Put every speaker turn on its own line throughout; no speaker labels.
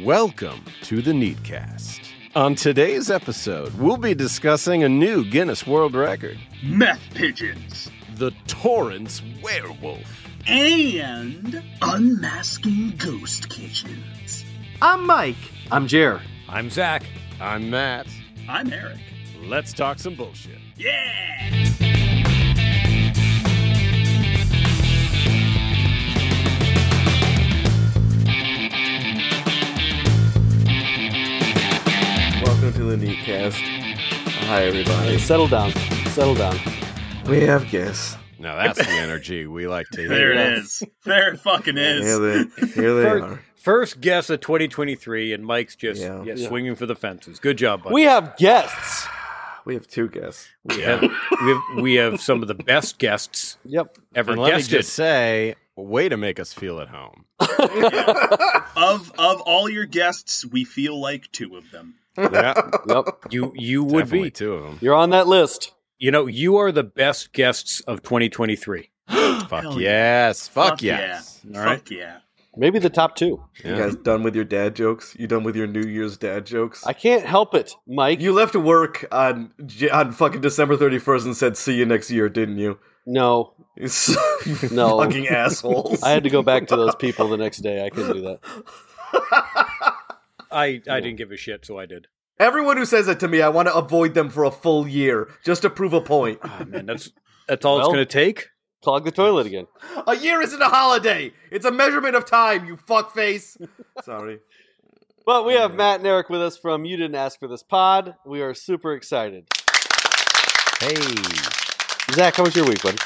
Welcome to the Needcast. On today's episode, we'll be discussing a new Guinness World Record
meth pigeons,
the Torrance Werewolf.
and unmasking ghost kitchens.
I'm Mike. I'm Jer.
I'm Zach.
I'm Matt.
I'm Eric.
Let's talk some bullshit.
Yeah!
Welcome to the Neatcast. Hi, everybody.
settle down. Settle down.
We have guests.
Now that's the energy we like to hear.
There it is. There it fucking
Here
is.
they, here they
First,
are.
first guess of 2023, and Mike's just
Yeah.
yeah, swinging for the fences. Good job, buddy.
We have guests.
We have two guests.
We have, we have we have some of the best guests
Yep.
ever
And let me
guested.
just say, way to make us feel at home.
Of of all your guests, we feel like two of them.
Yeah,
Yep.
you you would
definitely
be.
two of them.
You're on that list.
You know, you are the best guests of 2023.
Fuck
Hell
yes. Oh, Fuck,
Fuck yeah.
yes.
All right.
Fuck yeah.
Maybe the top two.
Yeah.
You guys done with your dad jokes? You done with your New Year's dad jokes?
I can't help it, Mike.
you left work on J- on fucking December 31st and said, see you next year, didn't you?
no,
You s- you
No.
fucking assholes.
I had to go back to those people the next day. I couldn't do that.
I, I didn't give a shit, so I did.
Everyone who says it to me, I want to avoid them for a full year just to prove a point.
Oh, man, that's that's all
Well-
it's going to take.
Clog the toilet again.
A year isn't a holiday. It's a measurement of time, you fuckface. Sorry.
But we have Matt and Eric with us from You Didn't Ask for This Pod. We are super excited.
Hey.
Zach, how was your week, buddy?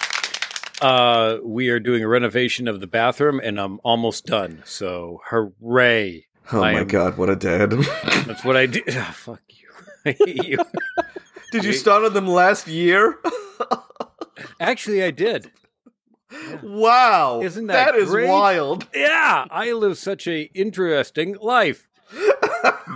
Uh, we are doing a renovation of the bathroom, and I'm almost done. So hooray!
Oh
I
my
am-
god, what a dad.
That's what I did. Ah, fuck you. I hate you.
Did you start on them last year?
Actually, I did.
wow.
Isn't that
That is
great?
wild.
Yeah, I live such a interesting life.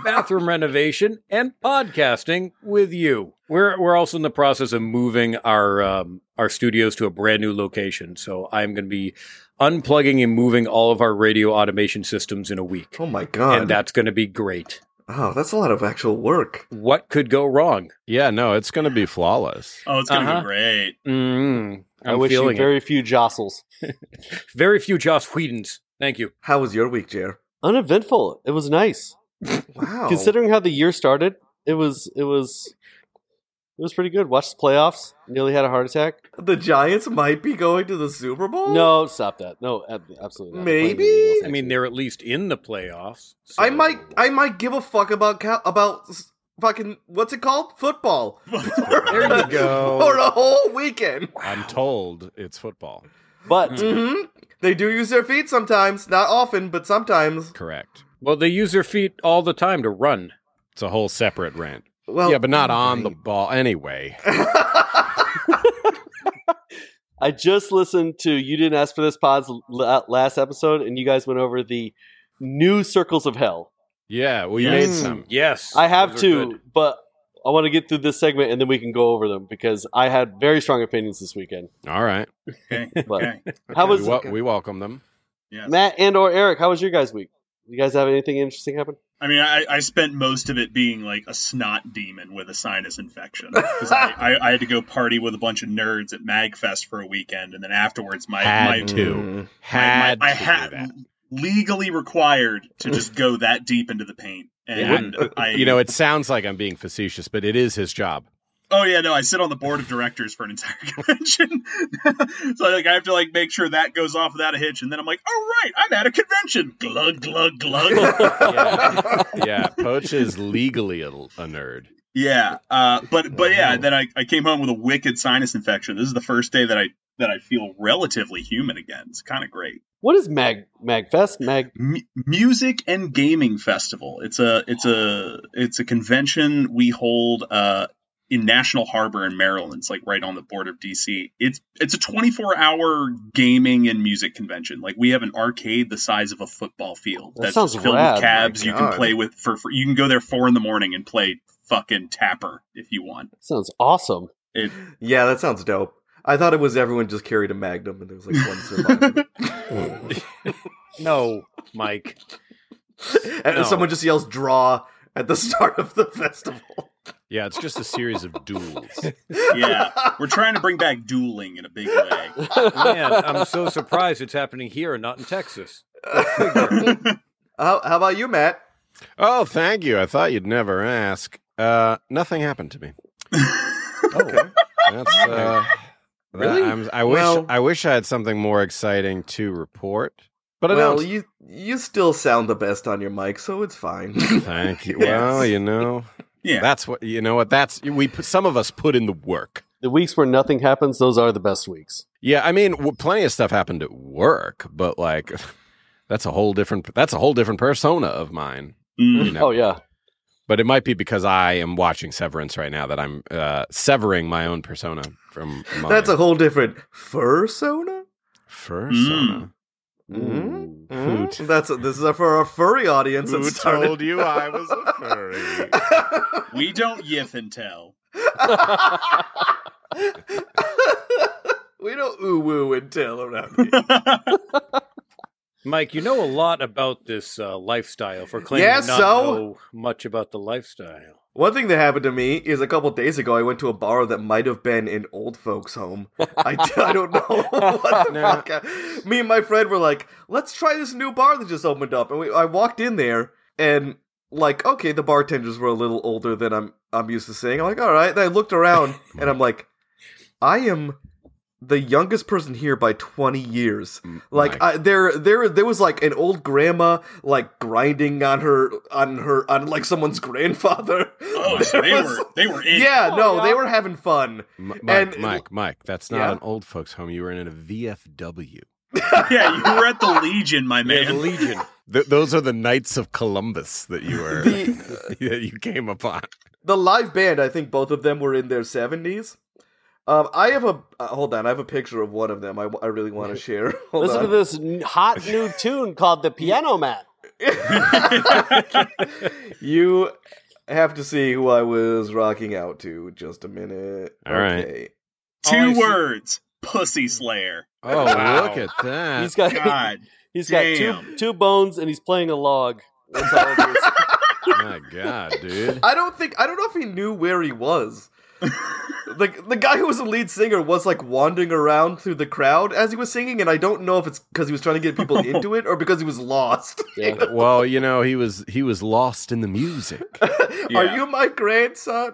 Bathroom renovation and podcasting with you. We're we're also in the process of moving our um, our studios to a brand new location, so I'm going to be unplugging and moving all of our radio automation systems in a week,
Oh my god.
and uh, that's going to be great.
oh, that's a lot of actual work.
What could go wrong?
Yeah, no, it's going to be flawless.
Oh, it's gonna
Uh-huh.
be great.
Mm, I'm
I wish you
feeling it. very
very few jostles.
few Joss Whedons. Thank you.
How was your week, Jer?
Uneventful. It was nice.
Oh.
Wow.
Considering how the year started, it was it was it was pretty good. Watched the playoffs. Nearly had a heart attack.
the Giants might be going to the Super Bowl?
No, stop that. No, ab- absolutely not. They're playing
Maybe?
the Eagles
I
next
mean,
week.
they're at least in the playoffs. so-
I might I might give a fuck about cow- about s- fucking what's it called? Football.
There you
For
go.
a whole weekend.
I'm told it's football.
Hmm.
But
Mhm. They do use their feet sometimes, not often, but sometimes.
Correct.
Well, they use their feet all the time to run.
It's a whole separate rant.
Well,
yeah, but not on the ball. Anyway,
I just listened to you didn't ask for this pod's l- last episode, and you guys went over the new circles of hell.
yeah, well, you
Yes.
made some.
Yes,
I have
those are
two,
good.
but I want to get through this segment and then we can go over them because I had very strong opinions this weekend.
All right,
Okay.
But
okay.
how
we,
was
wel- we welcome them.
Yeah.
Matt and or Eric? How was your guys' week? You guys have anything interesting happen?
I mean, I, I spent most of it being like a snot demon with a sinus infection. 'Cause I, I, I had to go party with a bunch of nerds at MagFest for a weekend, and then afterwards, my,
Had
my,
to. Two. Had
I, I, I
to do that.
had legally required to just go that deep into the paint. And
uh,
I,
You know, it sounds like I'm being facetious, but it is his job.
oh yeah, no, I sit on the board of directors for an entire convention, so like I have to like make sure that goes off without a hitch, and then I'm like, oh right, I'm at a convention, glug glug
Hmm.
glug.
Yeah, yeah. Poach is legally a, a nerd.
yeah, uh, but but yeah,
Wow.
then I, I came home with a wicked sinus infection. This is the first day that I that I feel relatively human again. It's kind of great.
What is Mag Magfest? Mag
M- music and gaming festival. It's a it's a it's a convention we hold uh, in National Harbor in Maryland. It's like right on the border of DC. It's it's a 24 hour gaming and music convention. Like we have an arcade the size of a football field.
That sounds rad.
with cabs. You can
God.
play with for, for you can go there four in the morning and play fucking Tapper if you want.
sounds awesome.
It,
Yeah, that sounds dope. I thought it was everyone just carried a magnum and there was like one survivor.
no, Mike.
and
No.
someone just yells "draw" at the start of the festival.
Yeah, it's just a series of duels.
Yeah. We're trying to bring back dueling in a big way.
Man, I'm so surprised it's happening here and not in Texas.
how, how about you, Matt?
Oh, thank you. I thought you'd never ask. Uh, nothing happened to me.
Okay.
That's, uh,
Really?
that- I'm, I wish
Well-
I wish I had something more exciting to report, but I
well,
don't.
you you still sound the best on your mic, so it's fine.
Thank you.
Yes.
Well, you know,
Yeah.
that's what you know. What that's we put, some of us put in the work.
the weeks where nothing happens, those are the best weeks.
Yeah, I mean, w- plenty of stuff happened at work, but like, that's a whole different. That's a whole different persona of mine.
Mm.
You know?
Oh yeah,
but it might be because I am watching Severance right now that I'm uh, severing my own persona from. Mine.
That's a whole different fursona.
persona.
Mm.
Who
Mm? That's this is for a furry audience. that
Mm-hmm. Who
started-
told you I was a furry?
We don't yiff and tell.
we don't ooh woo and tell around here.
Mike, you know a lot about this uh, lifestyle for claiming
Yeah,
to not
so?
know much about the lifestyle.
One thing that happened to me is a couple days ago, I went to a bar that might have been an old folks' home. I, d- I don't know what the
Nah.
fuck. I- Me and my friend were like, let's try this new bar that just opened up. And we, I walked in there, and like, okay, the bartenders were a little older than I'm I'm used to seeing. I'm like, all right. Then I looked around, and I'm like, I am the youngest person here by 20 years. Like
My-
I, there, there, there was like an old grandma like grinding on her, on her, on like someone's grandfather.
Oh, so
There
they
was-
were they were in.
Yeah,
Oh,
no,
yeah.
they were having fun.
M- Mike,
and-
Mike, Mike, that's not
Yeah?
an old folks' home. You were in a VFW.
Yeah, you were at the Legion, my
Yeah, the
man.
Legion.
Th- those are the Knights of Columbus that you were
The-
that you came upon.
The live band, I think both of them were in their seventies. Um, I have a uh, hold on. I have a picture of one of them. I, I really want to share. Hold
listen
on.
to this n- hot new tune called "The Piano Man."
you have to see who I was rocking out to. Just a minute.
All right.
Oh, I
Two
see.
words. Pussy Slayer.
Oh,
Wow.
look at that!
He's got
God.
he's got two
damn.
two bones and he's playing a log. That's all it is.
My God, dude.
I don't think I don't know if he knew where he was. Like the guy who was the lead singer was like wandering around through the crowd as he was singing, and I don't know if it's because he was trying to get people into it or because he was lost.
Yeah.
Well, you know, he was he was lost in the music.
Are
Yeah.
you my grandson?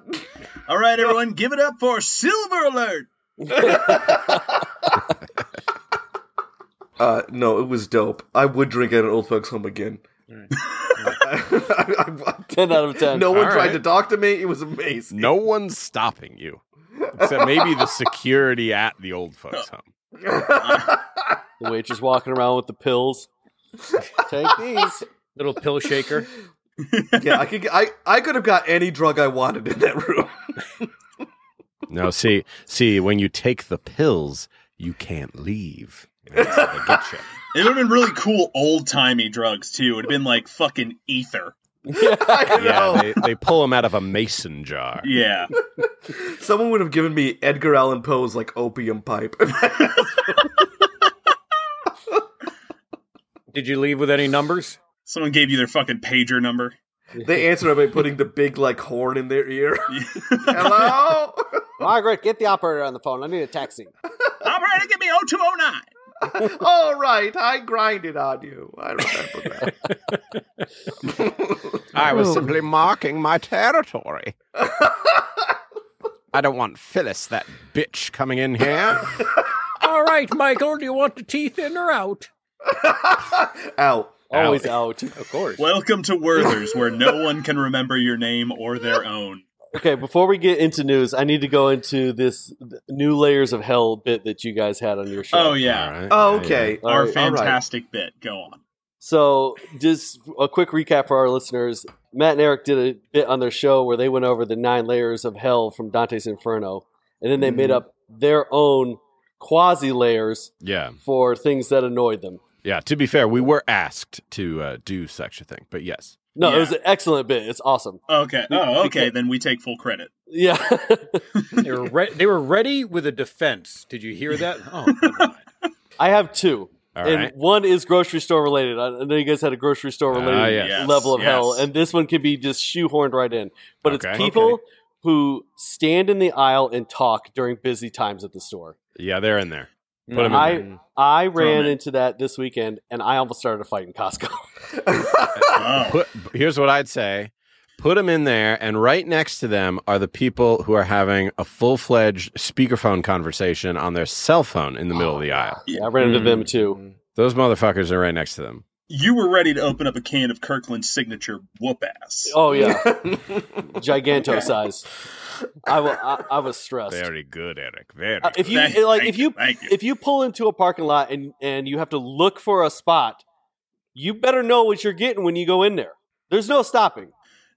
All right, everyone, give it up for Silver Alert.
Uh, no, it was dope. I would drink at an old folks' home again.
Mm.
I-
ten out of
I- I-
ten.
no one
All
tried
right.
to talk to me. It was amazing.
No one's stopping you, except maybe the security at the old folks' home.
The waitress walking around with the pills. Take these.
Little pill shaker.
yeah, I could. get- I I could have got any drug I wanted in that room.
No, see, see, when you take the pills, you can't leave. That's how they get you.
It would have been really cool old timey drugs too. It would have been like fucking ether.
I know.
Yeah, they, they pull them out of a mason jar.
Yeah.
Someone would have given me Edgar Allan Poe's like opium pipe.
Did you leave with any numbers?
Someone gave you their fucking pager number.
they answer it by putting the big like horn in their ear. Hello.
Margaret, get the operator on the phone. I need a taxi.
Operator, give me 0209.
All right, I grinded on you. I remember that.
I
Oh.
was simply marking my territory. I don't want Phyllis, that bitch, coming in here.
All right, Michael, do you want the teeth in or out?
Out.
Always out.
Of course.
Welcome to Werther's, where no one can remember your name or their own.
Okay, before we get into news, I need to go into this th- new layers of hell bit that you guys had on your show.
Oh yeah.
All right,
Oh,
yeah, yeah.
okay. All
Our
right, all right.
fantastic bit. Go on.
So, just a quick recap for our listeners. Matt and Eric did a bit on their show where they went over the nine layers of hell from Dante's Inferno, and then they
Mm-hmm.
made up their own quasi layers
Yeah,
for things that annoyed them.
yeah. To be fair, we were asked to uh, do such a thing, but yes.
No, it
Yeah.
was an excellent bit. It's awesome.
Okay. Oh, okay.
Because-
Then we take full credit.
Yeah.
They were, re- they were ready with a defense. Did you hear that? Oh, never mind.
I have two.
All
and
right.
one is grocery store related. I I know you guys had a grocery store related
Ah, yes.
Yes,
level of hell,
yes.
and this one can be just shoehorned right in. But
Okay.
it's people who stand in the aisle and talk during busy times at the store.
Yeah, they're in there.
Put 'em in
I I ran
Comment.
into that this weekend, and I almost started a fight in Costco.
Oh.
Put, here's what I'd say. Put them in there, and right next to them are the people who are having a full fledged speakerphone conversation on their cell phone in the middle of the aisle.
Yeah, I ran into them
Mm.
too.
Those motherfuckers are right next to them.
You were ready to open up a can of Kirkland's signature whoop ass.
Oh yeah, giganto size. I wa- I- I was stressed.
good, Eric. Very
Uh, if you
Thank-
like,
thank
if you
thank you.
if you pull into a parking lot and and you have to look for a spot, you better know what you're getting when you go in there. There's no stopping.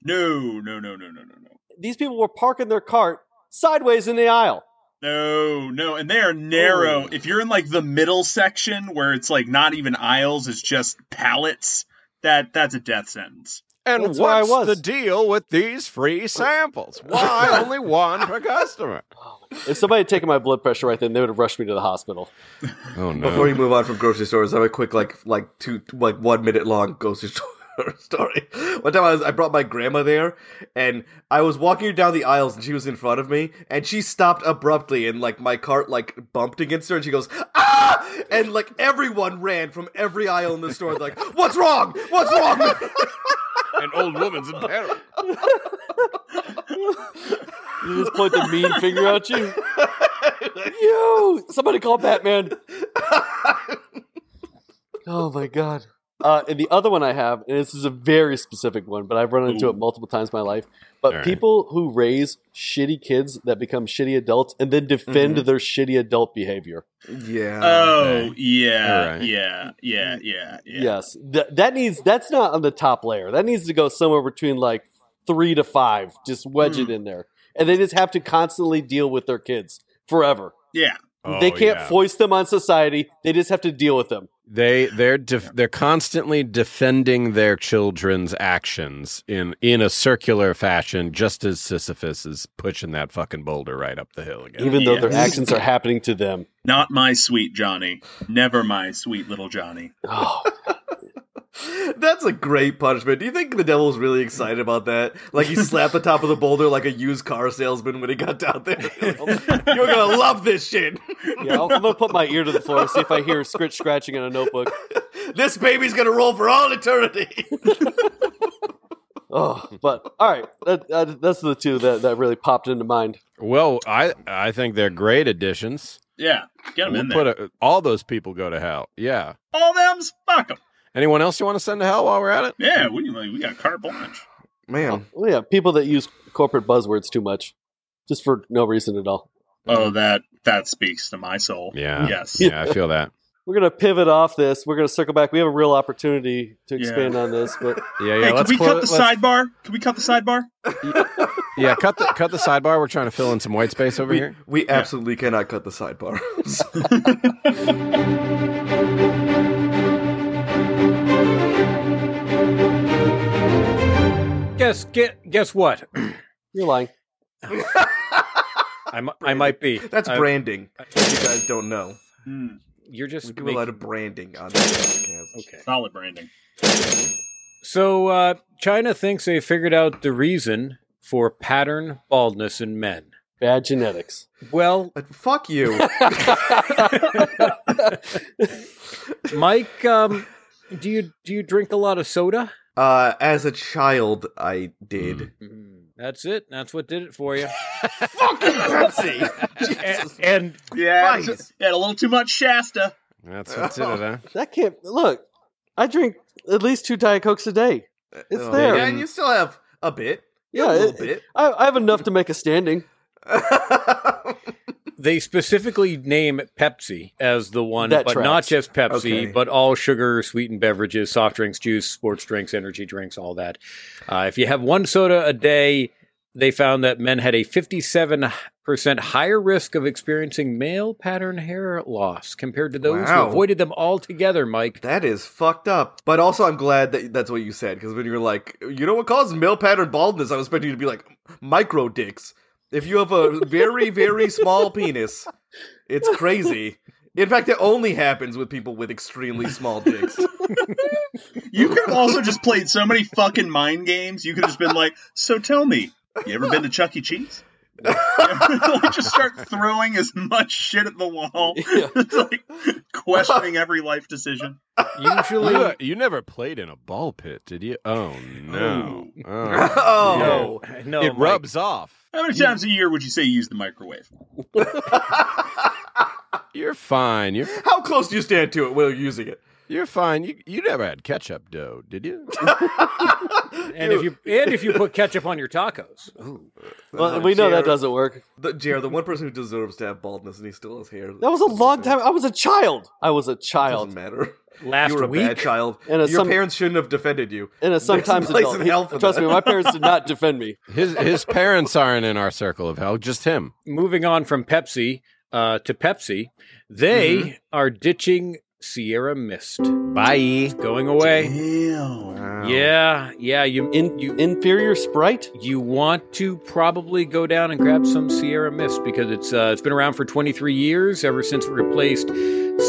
no, no, no, no, no, no, no.
These people were parking their cart sideways in the aisle.
No, no, and they are
Oh.
narrow. If you're in like the middle section where it's like not even aisles, it's just pallets, that that's a death sentence.
And
That's where I
what's
was.
the deal with these free samples? Why only one per customer?
If somebody had taken my blood pressure right then, they would have rushed me to the hospital.
Oh no!
Before you move on from grocery stores, I have a quick like like two like one minute long grocery store story. One time I was I brought my grandma there, and I was walking her down the aisles, and she was in front of me, and she stopped abruptly, and like my cart like bumped against her, and she goes ah, and like everyone ran from every aisle in the store, like what's wrong? What's wrong?
an old woman's in peril.
You just point the mean finger at you. You! Somebody call Batman. Oh my god. Uh, and the other one I have, and this is a very specific one, but I've run into it multiple times in my life. But
All right.
people who raise shitty kids that become shitty adults and then defend
Mm-hmm.
their shitty adult behavior.
yeah.
oh, yeah,
All right.
yeah, yeah, yeah, yeah.
Yes, Th- that needs that's not on the top layer. That needs to go somewhere between like three to five. Just wedge
Mm.
it in there, and they just have to constantly deal with their kids forever.
Yeah.
Oh,
they can't
yeah.
foist them on society. They just have to deal with them.
They they're def- they're constantly defending their children's actions in in a circular fashion, just as Sisyphus is pushing that fucking boulder right up the hill again.
Even though their
Yes.
actions are happening to them.
Not my sweet Johnny. Never my sweet little Johnny.
Oh,
That's a great punishment. Do you think the devil's really excited about that? Like he slapped the top of the boulder like a used car salesman when he got down there. You're gonna love this shit.
yeah, I'll- I'm gonna put my ear to the floor and see if I hear scritch scratching on a notebook.
This baby's gonna roll for all eternity.
Oh, but all right, that, that, that's the two that, that really popped into mind.
Well, I I think they're great additions.
Yeah, get him
We'll
in there.
put a, all those people go to hell. Yeah.
All them's fuck 'em.
Anyone else you want to send to hell while we're at it?
Yeah, we like, we got carte blanche.
Man,
Well, Oh, yeah, people that use corporate buzzwords too much, just for no reason at all.
Oh, that that speaks to my soul.
Yeah.
Yes.
Yeah, I feel that.
We're gonna pivot off this. We're gonna circle back. We have a real opportunity to
Yeah.
expand on this, but
Yeah, yeah.
Hey, can
let's
we
clo-
cut the
let's-
sidebar? Can we cut the sidebar?
Yeah, cut the cut the sidebar. We're trying to fill in some white space over
we,
here.
we absolutely cannot cut the sidebar.
Guess guess, guess what?
you're lying.
I, mi- I might be.
That's
I-
branding. if you guys don't know.
Hmm,
You're
We
just
do a
making-
lot of branding on this podcast.
okay.
solid branding.
So uh, China thinks they figured out the reason for pattern baldness in men.
Bad genetics.
Well,
But fuck you.
Mike, um, do you do you drink a lot of soda?
uh, as a child, I did.
Hmm. That's it. That's what did it for you.
Mm-hmm. Fucking Pepsi.
and, and
Yeah,
Christ.
it's- yeah, a little too much Shasta.
That's what did it, huh?
that can't look. I drink at least two diet cokes a day. It's there.
Oh, Yeah, and you still have a bit.
Yeah,
a little
it-
bit.
I, I have enough to make a standing.
they specifically name Pepsi as the one,
That
but
tracks.
not just Pepsi,
Okay.
but all sugar sweetened beverages, soft drinks, juice, sports drinks, energy drinks, all that. Uh, if you have one soda a day, they found that men had a 57% higher risk of experiencing male pattern hair loss compared to those
Wow.
who avoided them altogether, Mike.
That is fucked up. But also, I'm glad that that's what you said because when you're like, you know what causes male pattern baldness, I was expecting you to be like, micro dicks. If you have a very, very small penis, it's crazy. In fact, it only happens with people with extremely small dicks.
You could have also just played so many fucking mind games. You could have just been like, so tell me, you ever been to Chuck E. Cheese? like just start throwing as much shit at the wall,
Yeah.
It's like questioning every life decision.
Usually,
You, you never played in a ball pit, did you? Oh no! Oh.
oh.
no,
it
Mike.
rubs off.
How many times a year would you say you use the microwave?
You're fine. You're
How close do you stand to it while using it?
you're fine. You you never had ketchup dough, did you?
And if you and if you put ketchup on your tacos,
Well, we know that
Jared.
doesn't work.
The, JR, the one person who deserves to have baldness and he still has hair.
That was a long time. I was a child. I was a
Doesn't
child
matter.
last
you were a
week,
bad child.
And
Your
as some-
parents shouldn't have defended you.
and a sometimes
place
adult.
in hell for
Trust
that.
me, my parents did not defend me.
His his parents aren't in our circle of hell. Just him.
moving on from Pepsi uh, to Pepsi, they
Mm-hmm.
are ditching Sierra Mist.
Bye.
Going away.
Damn.
Yeah, yeah. You
In you inferior sprite.
you want to probably go down and grab some Sierra Mist because it's uh, it's been around for 23 years ever since it replaced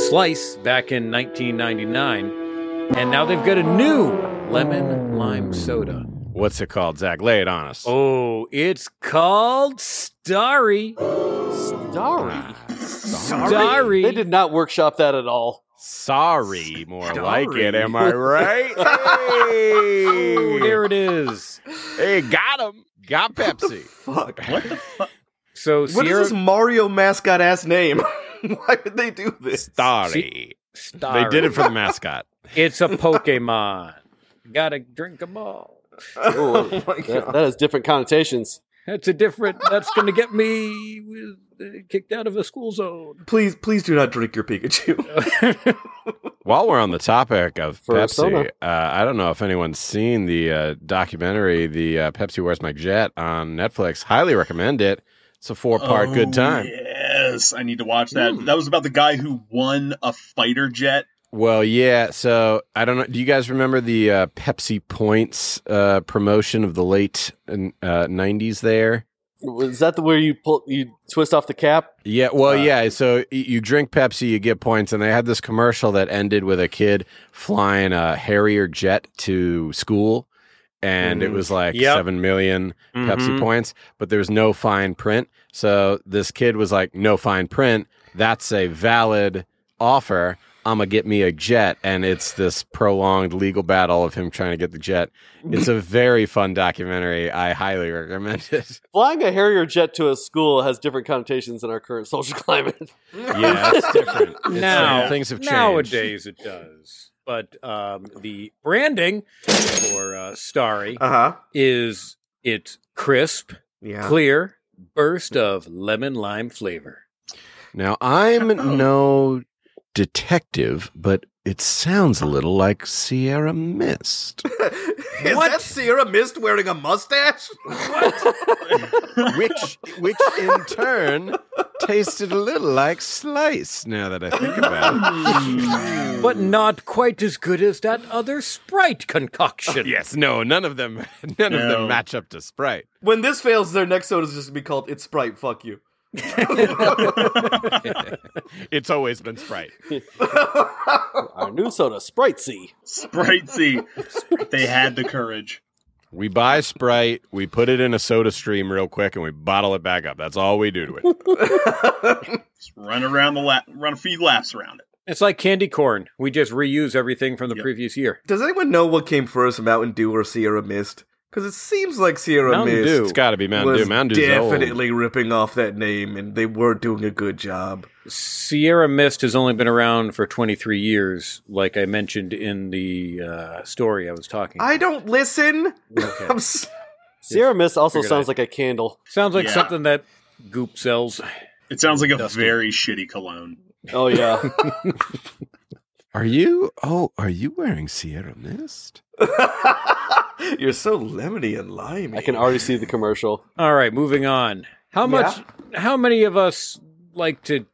Slice back in 1999, and now they've got a new lemon lime soda.
What's it called, Zach? Lay it on us.
Oh, it's called Starry.
Starry.
Starry.
They did not workshop that at all.
Sorry, more like it.
Sorry.
Am I right?
Oh, there it is.
hey, hey, got him. Got Pepsi.
Fuck. What,
So
what
Sierra
is this Mario mascot ass name? Why would they do this?
Sorry.
Starry.
They did it for the mascot.
It's a Pokemon. Gotta drink them all.
Oh, my
That,
God.
that has different connotations.
That's a different. That's going to get me with, uh, kicked out of a school zone.
Please, please do not drink your Pikachu.
While we're on the topic of
For
Pepsi,
Sona.
uh, I don't know if anyone's seen the uh, documentary, the uh, Pepsi Where's My Jet on Netflix. Highly recommend it. It's a four part
Oh,
good time.
Yes, I need to watch that.
Hmm.
That was about the guy who won a fighter jet.
Well, yeah. So I don't know. Do you guys remember the uh, Pepsi Points uh, promotion of the late uh, 90s there?
Is that the where you pull you twist off the cap?
Yeah, well,
Uh,
yeah. So y- you drink Pepsi, you get points, and they had this commercial that ended with a kid flying a Harrier jet to school, and it
Mhm.
was like
Yep.
seven million Pepsi
Mm-hmm.
points, but there was no fine print. So this kid was like, "No fine print. That's a valid offer. I'm gonna get me a jet." And it's this prolonged legal battle of him trying to get the jet. It's a very fun documentary. I highly recommend it.
Flying a Harrier jet to a school has different connotations in our current social climate.
yeah, it's different. It's-
Now,
things have changed.
nowadays it does. But um, the branding for uh, Starry
Uh
Uh-huh.
huh.
is it's crisp,
Yeah.
clear, burst of lemon lime flavor.
Now, I'm no detective, but it sounds a little like Sierra Mist.
Is
What?
that Sierra Mist wearing a mustache?
which which in turn tasted a little like slice now that I think about it.
But not quite as good as that other Sprite concoction.
yes, no, none of them none of
No.
them match up to Sprite.
When this fails, their next soda is just gonna be called "It's Sprite." Fuck you.
It's always been Sprite.
Our new soda, Sprite C.
Sprite C. They had the courage.
We buy Sprite, we put it in a soda stream real quick and we bottle it back up. That's all we do to it.
Just run around the la- run a few laps around it.
It's like candy corn. We just reuse everything from the
Yep.
previous year.
Does anyone know what came first, Mountain Dew or Sierra Mist? Because it seems like Sierra
Mountain
Mist
Dew
It's got to be Mountain
was
Dew. Mountain Dew's old.
definitely ripping off that name, and they were doing a good job.
Sierra Mist has only been around for 23 years, like I mentioned in the uh, story I was talking.
I don't listen.
Okay.
I'm s-
Sierra Mist also
Figured
sounds like a candle.
Sounds like
Yeah.
something that Goop sells.
It sounds like a
Dusty.
very shitty cologne.
Oh yeah.
Are you Oh, are you wearing Sierra Mist?
You're so lemony and limey.
I can already see the commercial.
All right, moving on. How much? How many of us like to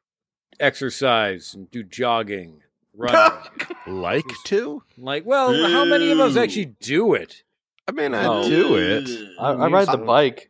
exercise and do jogging, running?
Like to?
like, well, how many of us
Ooh.
actually do it?
I mean, I
No.
do it.
I, I ride the bike.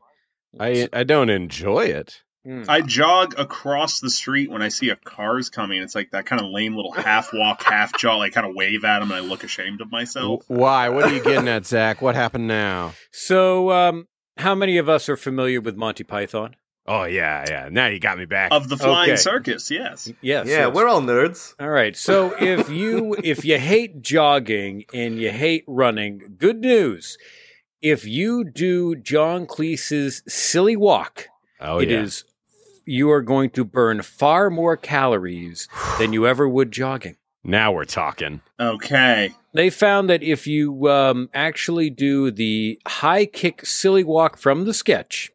I I don't enjoy it.
hmm.
I jog across the street when I see a car's coming. It's like that kind of lame little half walk, half jog. I kind of wave at them and I look ashamed of myself.
Why? What are you getting at, Zach? What happened now?
So, um, how many of us are familiar with Monty Python?
Oh yeah, yeah. Now you got me back.
Of the flying
Okay.
circus, yes.
Yes.
yeah,
yes.
we're all nerds.
All right. So if you if you hate jogging and you hate running, good news. If you do John Cleese's silly walk,
oh
it
yeah.
is you are going to burn far more calories than you ever would jogging.
Now we're talking.
Okay.
They found that if you um, actually do the high kick silly walk from the sketch,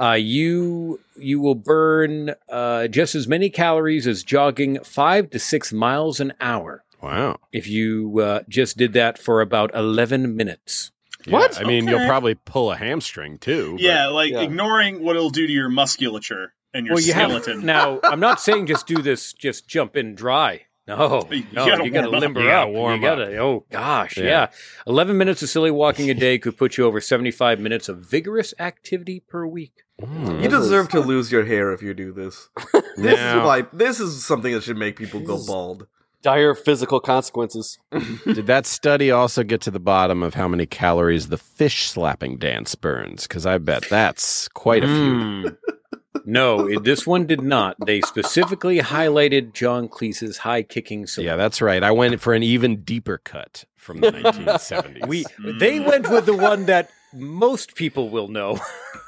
uh, you you will burn uh, just as many calories as jogging five to six miles an hour
Wow.
if you uh, just did that for about 11 minutes.
Yeah,
What?
I mean,
Okay.
you'll probably pull a hamstring too. but-
yeah, like
yeah.
ignoring what it'll do to your musculature and your skeleton.
now. I'm not saying just do this, just jump in dry. No,
You
no,
gotta
you got to
warm up.
limber
You gotta
up.
warm
you gotta, Oh gosh, yeah.
Yeah.
11 minutes of silly walking a day could put you over 75 minutes of vigorous activity per week.
Mm.
You
This is-
deserve to lose your hair if you do this. This is
Now,
why. This is something that should make people go bald.
Dire physical consequences.
did that study also get to the bottom of how many calories the fish slapping dance burns? Because I bet that's quite a
Hmm.
few.
Hmm.
no, it- this one did not. They specifically highlighted John Cleese's high kicking. Salute.
Yeah, that's right. I went for an even deeper cut from the 1970s.
We
Mm.
they went with the one that most people will know.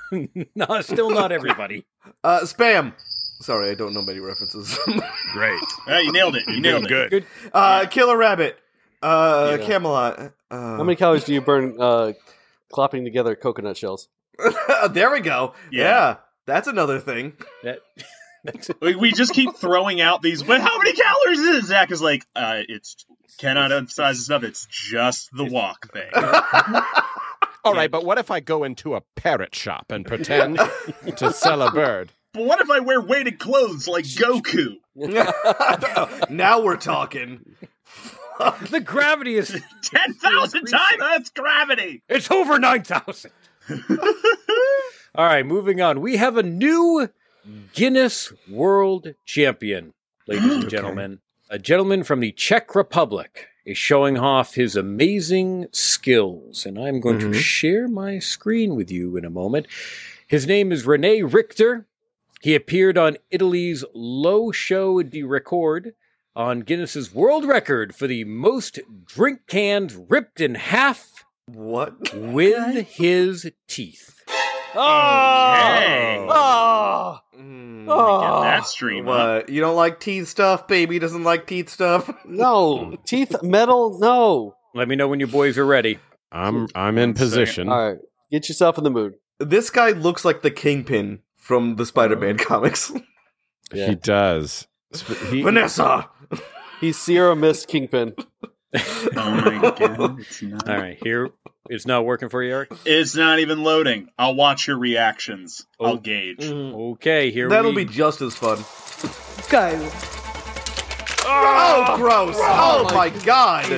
no, still not everybody.
Uh, spam. Sorry, I don't know many references.
great.
Ah, you nailed it. You nailed it.
Good.
uh, kill a rabbit. Uh,
Yeah.
Camelot. Uh,
How many calories do you burn uh, clopping together coconut shells?
there we go.
Yeah.
Yeah. that's another thing.
That, that's
We, we just keep throwing out these. Well, how many calories is it? Zach is like, uh, it's cannot emphasize this enough. It's just the walk thing.
All right, but what if I go into a parrot shop and pretend to sell a bird?
But what if I wear weighted clothes like Goku?
now we're talking.
the gravity is
Ten thousand times Earth's gravity.
it's over 9000 all right moving on we have a new guinness world champion ladies and gentlemen a gentleman from the czech republic is showing off his amazing skills and i'm going to share my screen with you in a moment his name is rene richter he appeared on italy's low show di record on guinness's world record for the most drink cans ripped in half
What?
with his teeth.
Oh, Hey,
Oh,
Mm.
get
oh.
that stream. up.
What? You don't like teeth stuff? Baby doesn't like teeth stuff.
No, teeth, metal, no.
Let me know when you boys are ready.
I'm I'm in position.
All right, get yourself in the mood.
This guy looks like the kingpin from the Spider-Man
Oh.
comics.
Yeah.
He does. Sp- he-
Vanessa.
He's Sierra Mist Kingpin.
Oh my god, it's not.
All right, here it's not working for you, Eric.
It's not even loading. I'll watch your reactions.
Oh.
I'll gauge.
Okay, here
That'll
we
be just as fun.
Guy.
Oh, gross! Oh my god!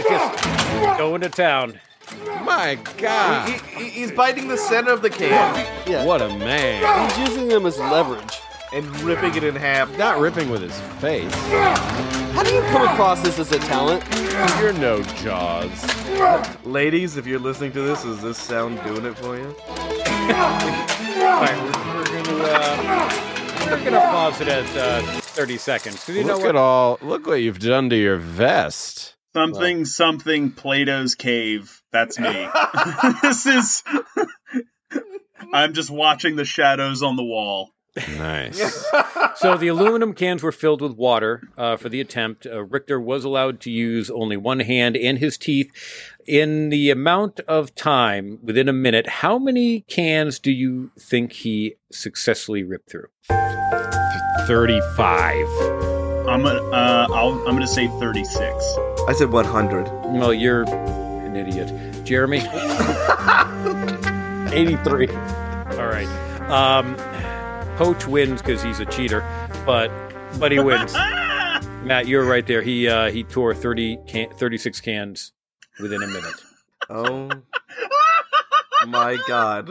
going to town.
My God,
He, he- he's biting the center of the can
Yeah,
what a man!
He's using them as leverage.
and ripping it in half.
Not ripping with his face.
How do you come across this as a talent?
You're no Jaws.
Ladies, if you're listening to this, is this sound doing it for you?
All right, we're, we're gonna uh, we're gonna pause it at uh, thirty seconds because you know
Look
what?
at all. Look what you've done to your vest.
Something, something, Plato's cave. That's me. this is. I'm just watching the shadows on the wall.
Nice. Oh,
So the aluminum cans were filled with water uh, for the attempt. Uh, Richter was allowed to use only one hand and his teeth. In the amount of time within a minute, how many cans do you think he successfully ripped through?
Thirty-five.
I'm gonna. Uh, I'll, I'm gonna say 36.
I said 100.
Well, you're an idiot, Jeremy.
83.
All right, um, Poach wins because he's a cheater, but but he wins. Matt, you're right there. He uh, he tore 30 can- 36 cans within a minute.
Oh my god.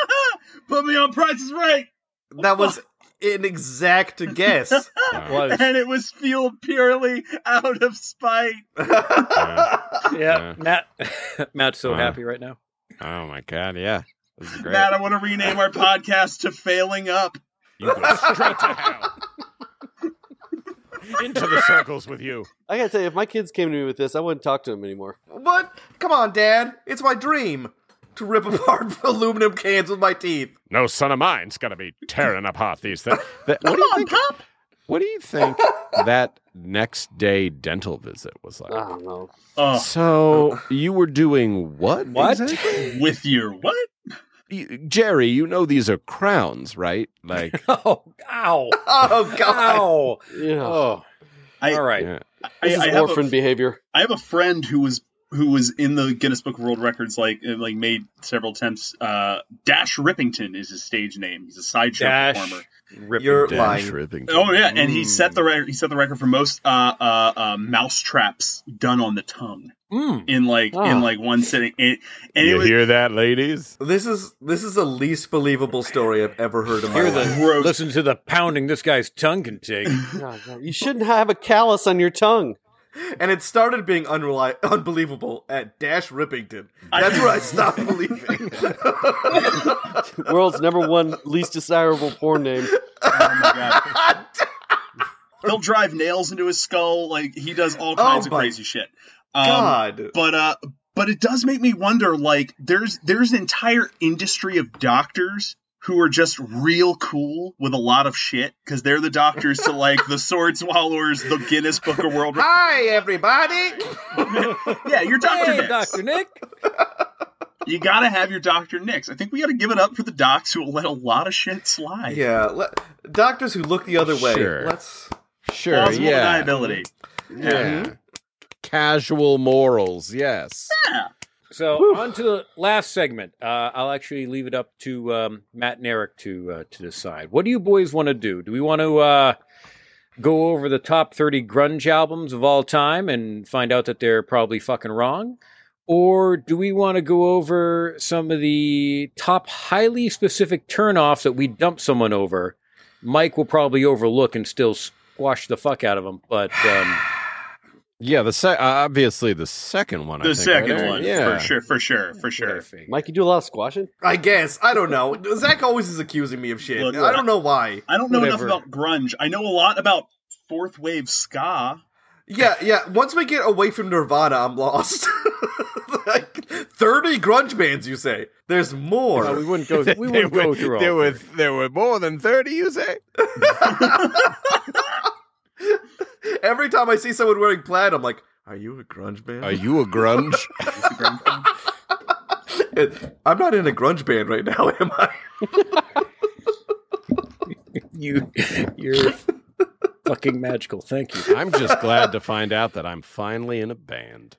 Put me on Price is Right.
That was an exact guess.
was.
and it was fueled purely out of spite.
Yeah, Uh-huh. Matt. Matt's so
Uh.
happy right now.
Oh my god, yeah. This is great.
Matt, I want to rename our podcast to Failing Up.
You go straight to hell. Into the circles with you.
I gotta tell you, if my kids came to me with this, I wouldn't talk to them anymore.
what? Come on, Dad. It's my dream to rip apart aluminum cans with my teeth.
No son of mine's gonna be tearing apart these things. That- what
Come
do you
on,
think?
Pop.
What do you think that next day dental visit was like?
Ah.
I don't know.
Oh,
So you were doing what?
What?
exactly?
with your what?
You- Jerry, you know these are crowns, right? Like,
Oh, ow,
Oh God.
ow.
Yeah.
Oh,
I-
all right.
yeah.
I,
This
I
is
have
orphan
a,
behavior.
I have a friend who was who was in the Guinness Book of World Records, like and, like made several attempts. Uh, Dash Rippington is his stage name. He's a sideshow
Dash.
performer.
Ripping.
You're
Dash
lying.
ripping.
Oh yeah, and he
Mm.
set the record. He set the record for most uh, uh, uh, mouse traps done on the tongue
Mm.
in like
Ah.
in like one sitting. It, and
You
it was
hear that, ladies?
This is this is the least believable story I've ever heard in my
Hear
life.
the
gross.
listen to the pounding this guy's tongue can take.
God, God. You shouldn't have a callus on your tongue.
And it started being unreli- unbelievable at Dash Rippington.
I- Um,
That's where I stopped believing.
World's number one least desirable porn name.
Oh my god. He'll drive nails into his skull. Like he does all kinds of
my
crazy shit. Um,
God.
But uh, but it does make me wonder. Like there's there's an entire industry of doctors who are just real cool with a lot of shit because they're the doctors to like the sword swallowers, the Guinness Book of World. Re-
Hi, everybody.
yeah, your doctor.
Hey,
Nix.
Doctor Nick.
You gotta have your doctor Nix. I think we gotta give it up for the docs who will let a lot of shit slide.
Yeah, le- doctors who look the other way.
Sure.
Let's.
Sure,
Plausible
yeah.
deniability.
Yeah. Casual morals, yes.
So on to the last segment. Uh, I'll actually leave it up to um, Matt and Eric to uh, to decide. What do you boys want to do? Do we want to uh, go over the top thirty grunge albums of all time and find out that they're probably fucking wrong, or do we want to go over some of the top highly specific turnoffs that we dump someone over? Mike will probably overlook and still squash the fuck out of them, but um,
Yeah, the se- uh, obviously the second one. I
The
think, right,
second
Eric?
one,
yeah.
for sure, for sure, for sure.
Mike, you do a lot of squashing?
I guess I don't know. Zach always is accusing me of shit.
Look,
I don't know why.
I don't know
Whatever.
enough about grunge. I know a lot about fourth wave ska.
Yeah, yeah. Once we get away from Nirvana, I'm lost. like thirty grunge bands, you say? There's more.
No, we wouldn't go. We wouldn't
There
go
were-
through all.
there were
30.
there were more than thirty. You say?
Every time I see someone wearing plaid, I'm like, "Are you a grunge band?
Are you a grunge?
I'm not in a grunge band right now, am I?
You, you're fucking magical. Thank you.
I'm just glad to find out that I'm finally in a band.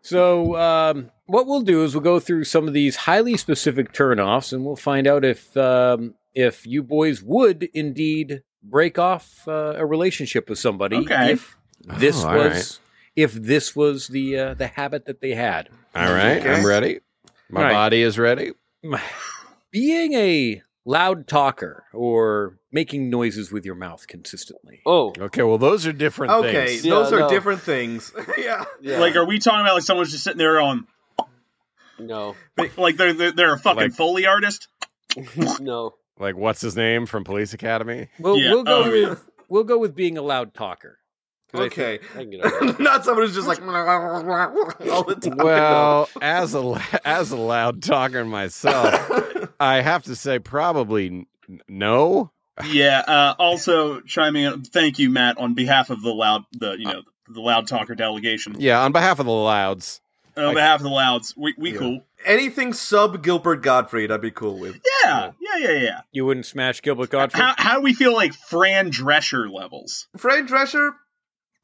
So, um, what we'll do is we'll go through some of these highly specific turnoffs, and we'll find out if um, if you boys would indeed break off uh, a relationship with somebody
Okay.
if this
Oh, all
was
right.
if this was the uh, the habit that they had.
All right,
Okay.
I'm ready. My
All right.
body is ready.
Being a loud talker or making noises with your mouth consistently.
Oh,
Okay, well those are different
Okay,
things.
Yeah,
those are
no.
different things. yeah,
yeah.
Like, are we talking about like someone's just sitting there on
no,
like they're they're, they're a fucking
Like-
foley artist?
no.
Like what's his name from Police Academy?
We'll,
Yeah.
we'll go
Oh, yeah.
with we'll go with being a loud talker. 'Cause I
okay.
I can get over that.
Not someone who's just like all the time.
Well, as a as a loud talker myself, I have to say probably n- no.
Yeah. Uh, also chiming in, thank you, Matt, on behalf of the loud the you know the loud talker delegation.
Yeah, on behalf of the louds.
On behalf of the louds, we we
Yeah.
cool.
Anything sub Gilbert Gottfried, I'd be cool with.
Yeah, yeah, yeah, yeah.
You wouldn't smash Gilbert Godfrey.
How how do we feel like Fran Drescher levels?
Fran Drescher,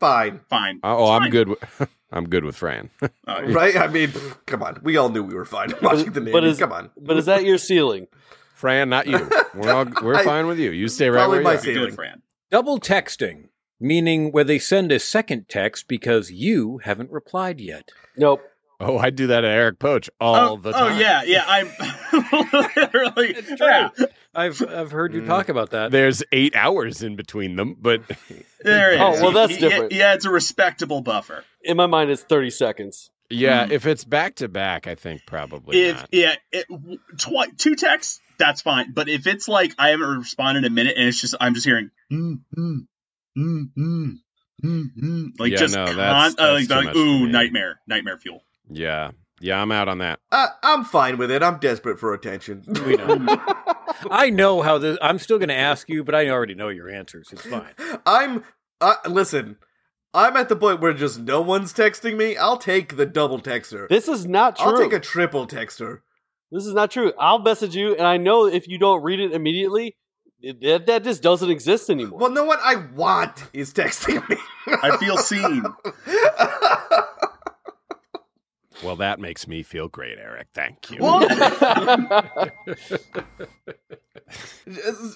fine,
Fine.
Oh,
It's
I'm
fine.
good. With, I'm good with Fran.
Uh,
right? I mean, pff, come on. We all knew we were fine watching the
But
name.
is-
come on,
But is that your ceiling?
Fran, not you. We're all we're
I-
fine with you. You stay right
Probably
where you
my
are.
s-
be good,
feeling.
Fran.
Double texting, meaning where they send a second text because you haven't replied yet.
Nope.
Oh, I do that at Eric Poach all
oh,
the
oh,
time.
yeah, yeah. I'm literally.
It's true.
Yeah,
I've I've heard you talk about that.
There's eight hours in between them, but
there it
Oh,
is.
well, that's
Yeah,
different.
Yeah, it's a respectable buffer.
In my mind, it's 30 seconds.
yeah,
Mm.
if it's back to back, I think probably
If
not.
yeah, it, twi- two texts, that's fine. But if it's like I haven't responded in a minute and it's just I'm just hearing mm mm mm mm mm mm like
Yeah,
just
no, that's-
con- uh,
that's
like,
too
like,
much for
ooh
me.
nightmare nightmare fuel.
Yeah, yeah, I'm out on that.
I, I'm fine with it. I'm desperate for attention.
We know. I know how this. I'm still going to ask you, but I already know your answers. It's fine.
I'm. Uh, listen, I'm at the point where just no one's texting me. I'll take the double texter.
This is not true.
I'll take a triple texter.
This is not true. I'll message you, and I know if you don't read it immediately, it- that, that just doesn't exist anymore.
Well, no, what I want is texting me.
I feel seen.
Well, that makes me feel great, Eric. Thank you.
What?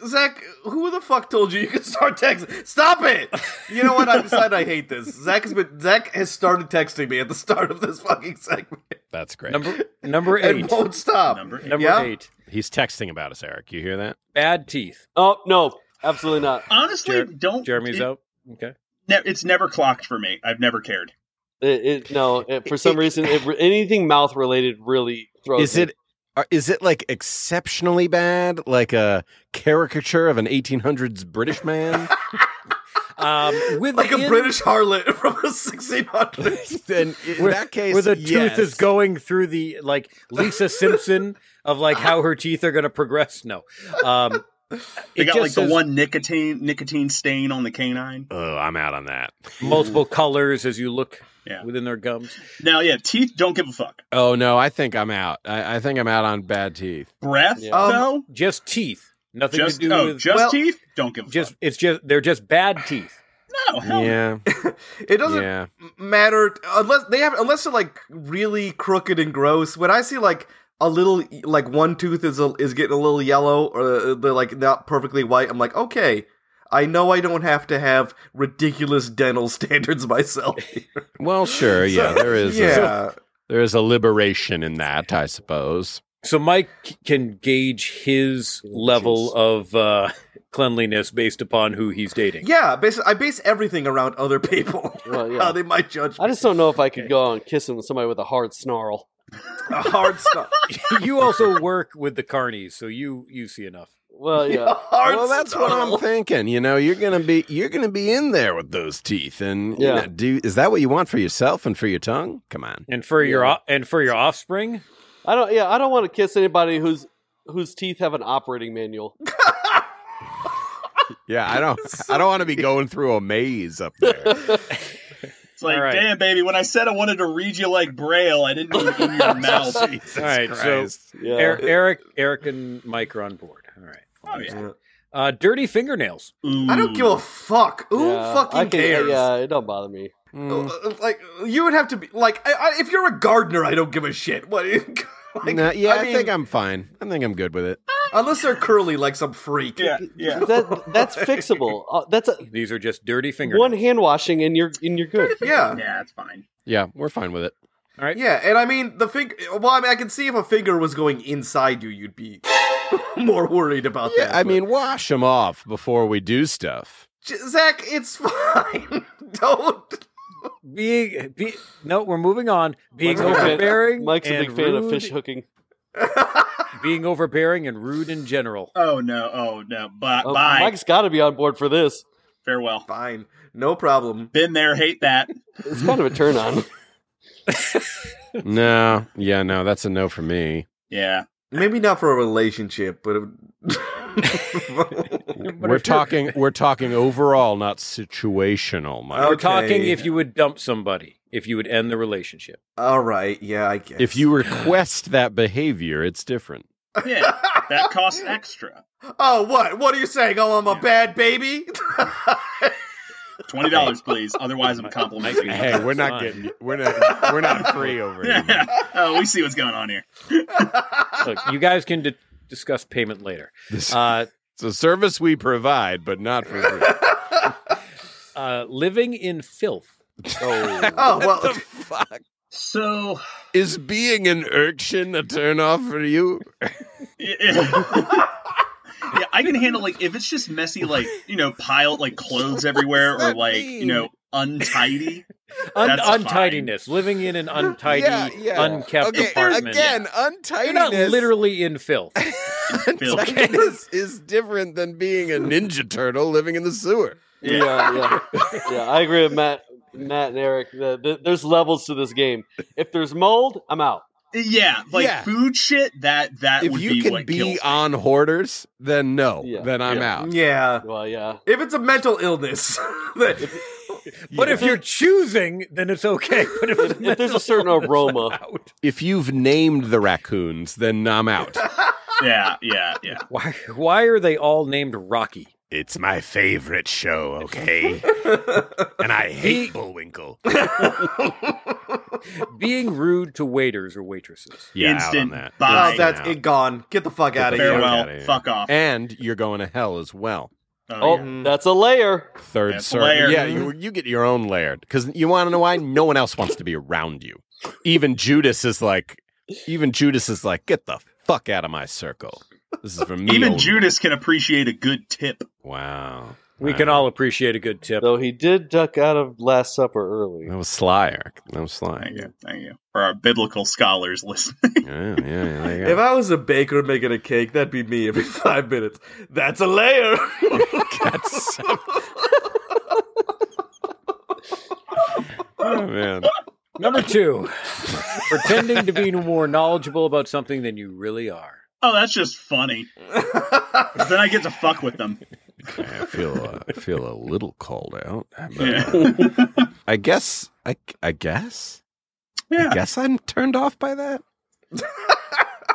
Zach, who the fuck told you you could start texting? Stop it! You know what? I decided I hate this. Zach has been Zach has started texting me at the start of this fucking segment
That's great.
Number number
and
eight.
won't stop.
Number eight.
Number
yeah.
eight.
He's texting about us, Eric. You hear that?
Bad teeth.
oh, no, absolutely not.
Honestly,
Jer-
don't.
Jeremy's
it-
out. Okay.
ne- it's never clocked for me. I've never cared.
It, it, no, it, for some reason, it, anything mouth related really throws
Is
me.
it are- is it like exceptionally bad, like a caricature of an 1800s British man?
Um, with
Like a British harlot from the 1600s.
then in
Where-
that case,
where the
yes.
tooth is going through the like Lisa Simpson of like how her teeth are going to progress. No, um,
They
it
got
just
like the
says
one nicotine nicotine stain on the canine.
Oh, I'm out on that.
multiple colors as you look
Yeah.
within their gums.
Now, yeah, teeth don't give a fuck.
Oh no, I think I'm out. I, I think I'm out on bad teeth.
Breath
Yeah.
Um,
though,
Just teeth, nothing
just
to do
oh,
with
just
well,
teeth don't give a
just
fuck.
it's just they're just bad teeth.
No, hell
Yeah,
It doesn't
yeah.
m- matter unless they have unless they're like really crooked and gross. When I see like a little like one tooth is a, is getting a little yellow or uh, they're like not perfectly white, I'm like, okay, I know I don't have to have ridiculous dental standards myself.
Well, sure. Yeah, there is. A,
yeah.
there is a liberation in that, I suppose.
So Mike c- can gauge his level of uh, cleanliness based upon who he's dating.
yeah, basically, I base everything around other people.
Well, yeah.
How they might judge me.
I just don't know if I could go out and kiss him with somebody with a hard snarl.
a hard stuff.
you also work with the carnies, so you you see enough.
Well, yeah.
hard
well, that's what I'm thinking. You know, you're gonna be you're gonna be in there with those teeth, and you
Yeah.
know, do is that what you want for yourself and for your tongue? Come on.
And for your
Yeah.
o- and for your offspring,
I don't. Yeah, I don't want to kiss anybody whose whose teeth have an operating manual.
Yeah, I don't. I don't want to be going through a maze up there.
It's like,
All right.
damn, baby, when I said I wanted to read you like Braille, I didn't mean in your mouth.
Jesus
All right, so-
Christ.
Yeah.
Er- Eric, Eric, and Mike are on board. All right.
Oh, yeah.
Uh, dirty fingernails.
Ooh.
I don't give a fuck. Who
Yeah,
fucking
I uh, can-
cares?
Yeah, it don't bother me.
Mm,
Uh, Like you would have to be like I, I, if you're a gardener, I don't give a shit. What? like,
nah, yeah, I,
mean,
think I'm fine. I think I'm good with it.
unless they're curly like some freak.
Yeah, yeah.
That that's fixable. Uh, that's a,
These are just dirty fingernails.
one hand washing, and you're and you're good.
yeah,
Yeah, it's fine.
Yeah, we're fine with it.
yeah. And I mean the finger. Well, I mean I can see if a finger was going inside you, you'd be more worried about
Yeah,
that.
I
but-
mean, wash them off before we do stuff.
J- Zach, it's fine. don't.
being be, no, we're moving on. Being
Mike's a big fan-
overbearing.
Mike's a
and
big fan of
rude-
fish hooking.
Being overbearing and rude in general.
Oh no, oh no. Bye,
Oh,
bye.
Mike's got to be on board for this.
Farewell.
fine, no problem.
Been there, hate that.
It's kind of a turn on.
no, yeah, no, that's a no for me.
Yeah.
Maybe not for a relationship, but. it-
we're talking. We're talking overall, not situational, Mike.
We're
Okay.
talking if you would dump somebody, if you would end the relationship.
All right, yeah, I guess.
If you request that behavior, it's different.
Yeah. That costs extra.
Oh, what? What are you saying? Oh, I'm a bad baby?
Twenty dollars, please. Otherwise I'm complimenting you.
Hey, we're not
Fine.
getting we're not we're not free over here.
Yeah.
man.
Oh, we see what's going on here.
Look, you guys can di- discuss payment later.
This,
Uh,
it's a service we provide, but not for free.
uh, living in filth.
oh, well,
fuck?
So
Is being an urchin a turnoff for you?
yeah, I can handle like if it's just messy, like you know, pile like clothes everywhere or
that
like you
mean?
know, untidy.
Un-
That's fine.
untidiness, living in an untidy,
Yeah, yeah.
unkept apartment.
again, untidiness.
You're not literally in filth.
Filth.
untidiness is different than being a ninja turtle living in the sewer.
Yeah.
yeah, yeah, yeah. I agree with Matt, Matt and Eric. The, the, there's levels to this game. If there's mold, I'm out.
Yeah, like
Yeah.
food shit. That that
if
would
you
be
can
what
be
kills.
on hoarders, then no,
Yeah.
then I'm
Yeah.
out.
Yeah.
Well, yeah.
If it's a mental illness, then-
But if you're choosing, then it's okay. But if, it's
If there's a
mental
certain
illness,
aroma,
I'm out.
If you've named the raccoons, then I'm out.
Yeah, yeah, yeah.
why why are they all named Rocky?
it's my favorite show, okay? and I hate Bullwinkle.
Being rude to waiters or waitresses.
Yeah, out on
Instant
that.
buy.
oh,
Instant
that's
out.
it gone. Get the fuck out of
the
here.
fuck
Farewell.
outta here.
Fuck off.
And you're going to hell as well.
Oh,
Oh,
yeah.
that's a layer.
Third
That's a
circle.
layer.
Yeah, you, you get your own layer because you want to know why no one else wants to be around you. Even Judas is like, even Judas is like, get the fuck out of my circle. This is for me.
Even
only."
Judas can appreciate a good tip.
Wow.
We can
Wow.
all appreciate a good tip.
Though he did duck out of Last Supper early.
That was sly, Eric. That was sly.
Thank you, thank you for our biblical scholars listening.
yeah, yeah, yeah, there you
If
go.
I was a baker making a cake, that'd be me every five minutes. That's a layer.
That's so- oh, man.
Number two, pretending to be more knowledgeable about something than you really are.
Oh, that's just funny. 'Cause then I get to fuck with them.
I feel uh, I feel a little called out. but,
Yeah.
uh, I guess I I guess I
Yeah.
guess I'm turned off by that.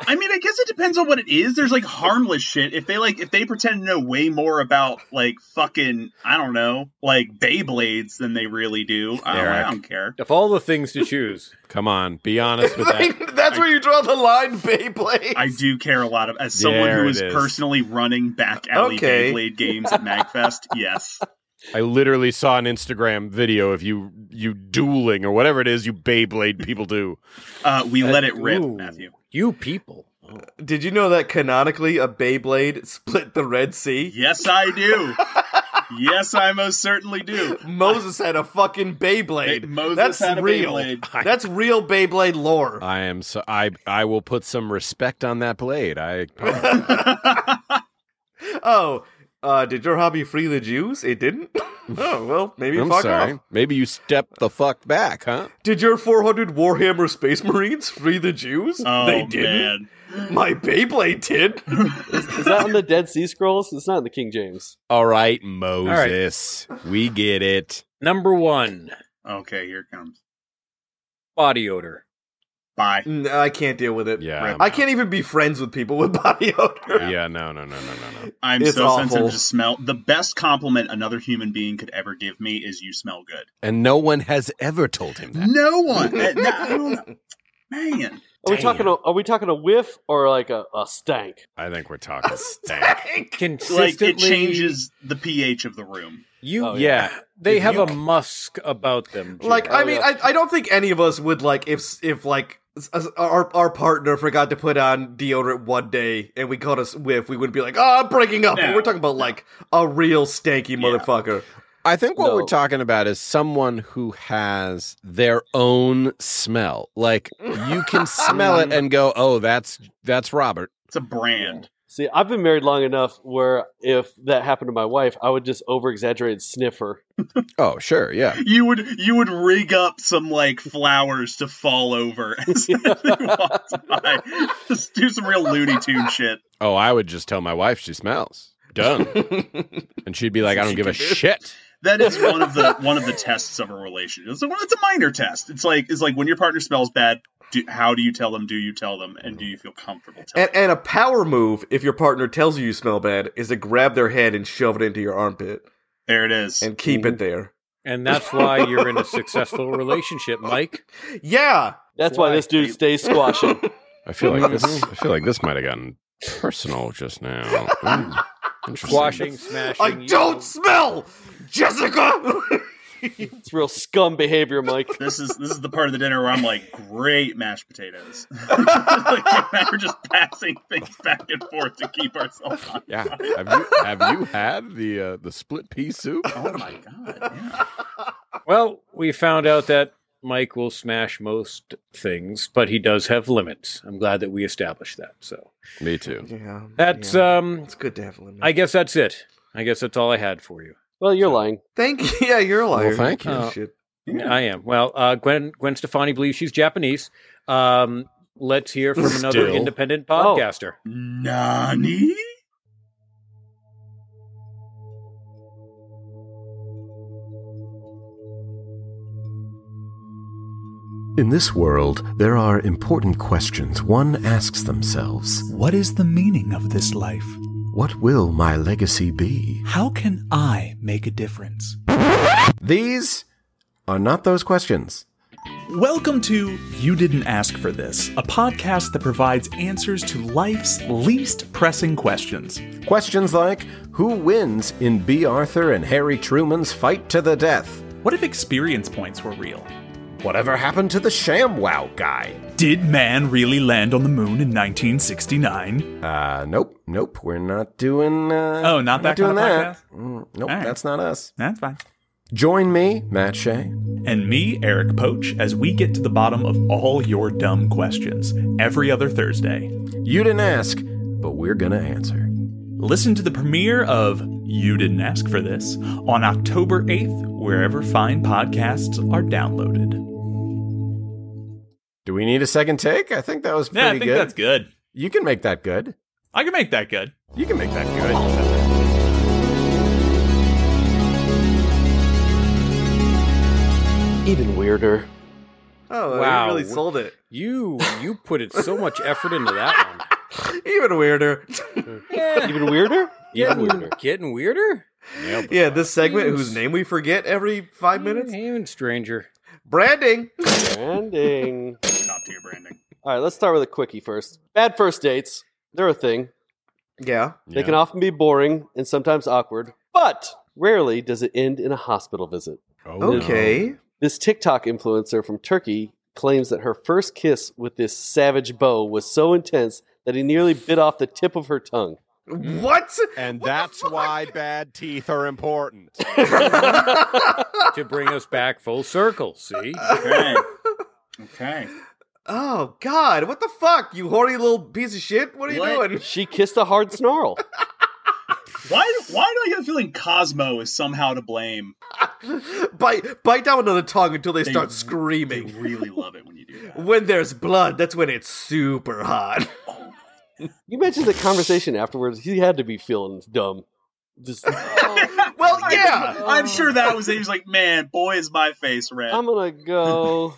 I mean, I guess it depends on what it is. There's like harmless shit. If they like, if they pretend to know way more about like fucking, I don't know, like Beyblades than they really do, I don't, I
Eric.
don't care.
Of all the things to choose,
Come on, be honest with that.
Like, that's where you draw the line, Beyblade.
I do care a lot of as someone
There
who
it
is
is.
personally running back alley
Okay.
Beyblade games at Magfest. Yes,
I literally saw an Instagram video of you you dueling or whatever it is you Beyblade people do.
uh, we let it rip,
Ooh,
Matthew.
You people.
Did you know that canonically a Beyblade split the Red Sea?
Yes, I do. yes, I most certainly do.
Moses had a fucking Beyblade.
Hey, Moses
That's
had a
real.
Beyblade. Uh,
That's real Beyblade lore.
I am so I I will put some respect on that blade. I promise.
oh, uh, did your hobby free the Jews? It didn't. oh well, maybe
I'm
fuck
sorry.
off.
Maybe you step the fuck back, huh?
Did your 400 Warhammer Space Marines free the Jews?
Oh
they didn't.
man,
My Beyblade did.
Is that on the Dead Sea Scrolls? It's not in the King James.
All right, Moses. We get it.
Number one,
okay, here it comes.
body odor.
Bye.
Mm, I can't deal with it.
Yeah.
Rip.
I'm
I
out.
can't even be friends with people with body odor.
Yeah, no, no, no, no, no, no.
I'm
It's
so
awful.
sensitive to smell. The best compliment another human being could ever give me is "you smell good."
And no one has ever told him that.
No one, Uh, no, I don't- man.
Are we
Damn.
talking? A, are we talking a whiff or like a, a stank?
I think we're talking stank.
Like
Consistently
it changes the pH of the room.
You
Oh,
yeah.
They
If
have
you-
a musk about them. Jim.
Like, I
Oh,
mean,
yeah.
I, I don't think any of us would like if s- if like s- s- our our partner forgot to put on deodorant one day and we caught a whiff, we wouldn't be like, "Oh, I'm breaking up."
No.
We're talking about like a real stanky motherfucker.
I think what
No.
we're talking about is someone who has their own smell. Like you can smell it and go, "Oh, that's that's Robert."
It's a brand.
See, I've been married long enough where if that happened to my wife, I would just over exaggerate sniff her.
Oh, sure, yeah.
You would you would rig up some like flowers to fall over as they walked by. Just do some real Looney Tune shit.
Oh, I would just tell my wife she smells. Done. and she'd be like, "I don't give a shit."
That is one of the one of the tests of a relationship. It's a, it's a minor test. It's like it's like when your partner smells bad. Do, how do you tell them? Do you tell them? And do you feel comfortable telling?
And, and a power move if your partner tells you you smell bad is to grab their head and shove it into your armpit
There it is.
and keep it there.
and that's why you're in a successful relationship, Mike.
Yeah,
That's why
Why?
this dude stays squashing.
I feel like this I feel like this might have gotten personal just now. Mm. Interesting.
Squashing, smashing.
I
you-
don't smell, Jessica.
It's real scum behavior, Mike.
This is this is the part of the dinner where I'm like, great mashed potatoes. like, we're just passing things back and forth to keep ourselves on.
Yeah. Have you have you had the uh, the split pea soup?
Oh my god! Yeah.
Well, we found out that Mike will smash most things, but he does have limits. I'm glad that we established that. So
Me too.
Yeah.
that's
yeah.
um
It's good to have a limit.
I guess that's it. I guess that's all I had for you.
Well, you're lying.
Thank you. Yeah, you're a liar.
Well, thank you.
Oh.
Shit.
Yeah.
I am. Well, uh, Gwen Gwen Stefani believes she's Japanese. Um, let's hear from another
Still.
independent
Oh.
podcaster.
Nani?
In this world, there are important questions one asks themselves
What is the meaning of this life?
What will my legacy be?
How can I make a difference?
These are not those questions.
Welcome to You Didn't Ask for This, a podcast that provides answers to life's least pressing questions.
Questions like Who wins in B. Arthur and Harry Truman's fight to the death?
What if experience points were real?
Whatever happened to the ShamWow guy?
Did man really land on the moon in 1969?
Uh, nope, nope, we're not doing. Uh,
Oh, not
we're
that
doing
kind of
that. Mm, nope,
Alright.
that's not us.
That's fine.
Join me, Matt Shea.
And me, Eric Poach, as we get to the bottom of all your dumb questions every other Thursday.
You didn't ask, but we're gonna answer.
Listen to the premiere of You Didn't Ask for This on October 8th, wherever fine podcasts are downloaded.
Do we need a second take? I think that was pretty
Yeah, I think
good.
that's good.
You can make that good.
I can make that good.
You can make that good.
Even weirder.
Oh,
Wow.
you really sold it.
You you put it so much effort into that one.
Even weirder.
Yeah,
Even weirder? Even
getting,
weirder.
getting weirder.
yeah, this segment
Yes.
whose name we forget every five minutes.
Even stranger.
Branding.
Branding.
Top tier branding.
All right, let's start with a quickie first. Bad first dates. They're a thing.
Yeah.
They can often be boring and sometimes awkward, but rarely does it end in a hospital visit.
Oh.
Okay.
This TikTok influencer from Turkey claims that her first kiss with this savage beau was so intense that he nearly bit off the tip of her tongue.
What?
And that's why bad teeth are important.
to bring us back full circle. See,
Okay. Okay.
Oh God! What the fuck? You horny little piece of shit! What are you
What?
doing?
She kissed a hard snarl.
Why? Why do I get a feeling Cosmo is somehow to blame?
bite bite down another tongue until they,
They-
start
They
screaming.
really love it when you do that.
When there's blood, that's when it's super hot.
You mentioned the conversation afterwards. He had to be feeling dumb. Just,
well,
I-
yeah.
I'm sure that was it. He was like, man, boy, is my face red.
I'm gonna go.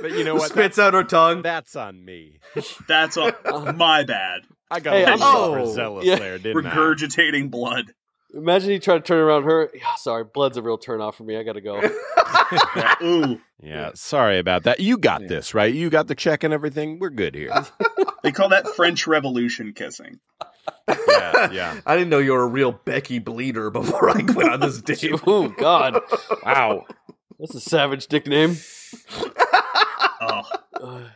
But you know what?
Spits out her tongue.
That's on me.
That's all, my bad.
I got
Hey,
hey,
I'm-
overzealous
Yeah.
there, didn't
Regurgitating blood.
Imagine he tried to turn around her. "Yeah, sorry, blood's a real turnoff for me. I gotta go.
Yeah, ooh.
I? Yeah, sorry about that. You got this, right? You got the check and everything. We're good here.
They call that French Revolution kissing.
yeah, yeah.
I didn't know you were a real Becky bleeder before I went on this date.
oh God,
wow.
that's a savage nickname.
Oh,
Uh,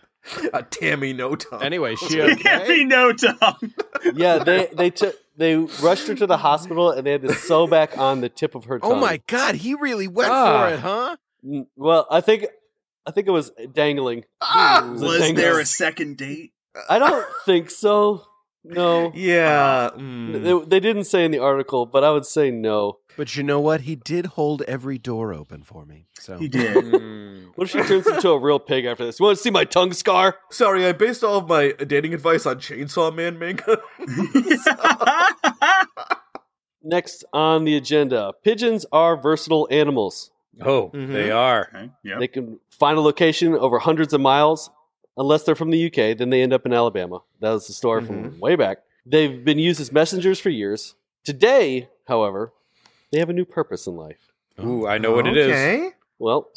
a Tammy no tongue.
Anyway, she
it can't be
okay?
no tongue.
yeah, they they took they rushed her to the hospital and they had to sew back on the tip of her tongue.
Oh my god, he really went
Ah.
for it, huh?
N- Well, I think I think it was dangling.
Ah!
It
Was
dangling.
there a second date?
I don't think so. No.
yeah. mm.
They, they didn't say in the article, but I would say no.
But you know what? He did hold every door open for me. So
He did.
Mm.
What if she turns into a real pig after this? You want to see my tongue scar?
Sorry, I based all of my dating advice on Chainsaw Man manga.
Next on the agenda, pigeons are versatile animals.
Oh,
Mhm.
they are.
okay, yeah.
They can find a location over hundreds of miles, unless they're from the UK, then they end up in Alabama. That was the story from way back. They've been used as messengers for years. Today, however, they have a new purpose in life.
Ooh, I know what it is.
Okay.
Well,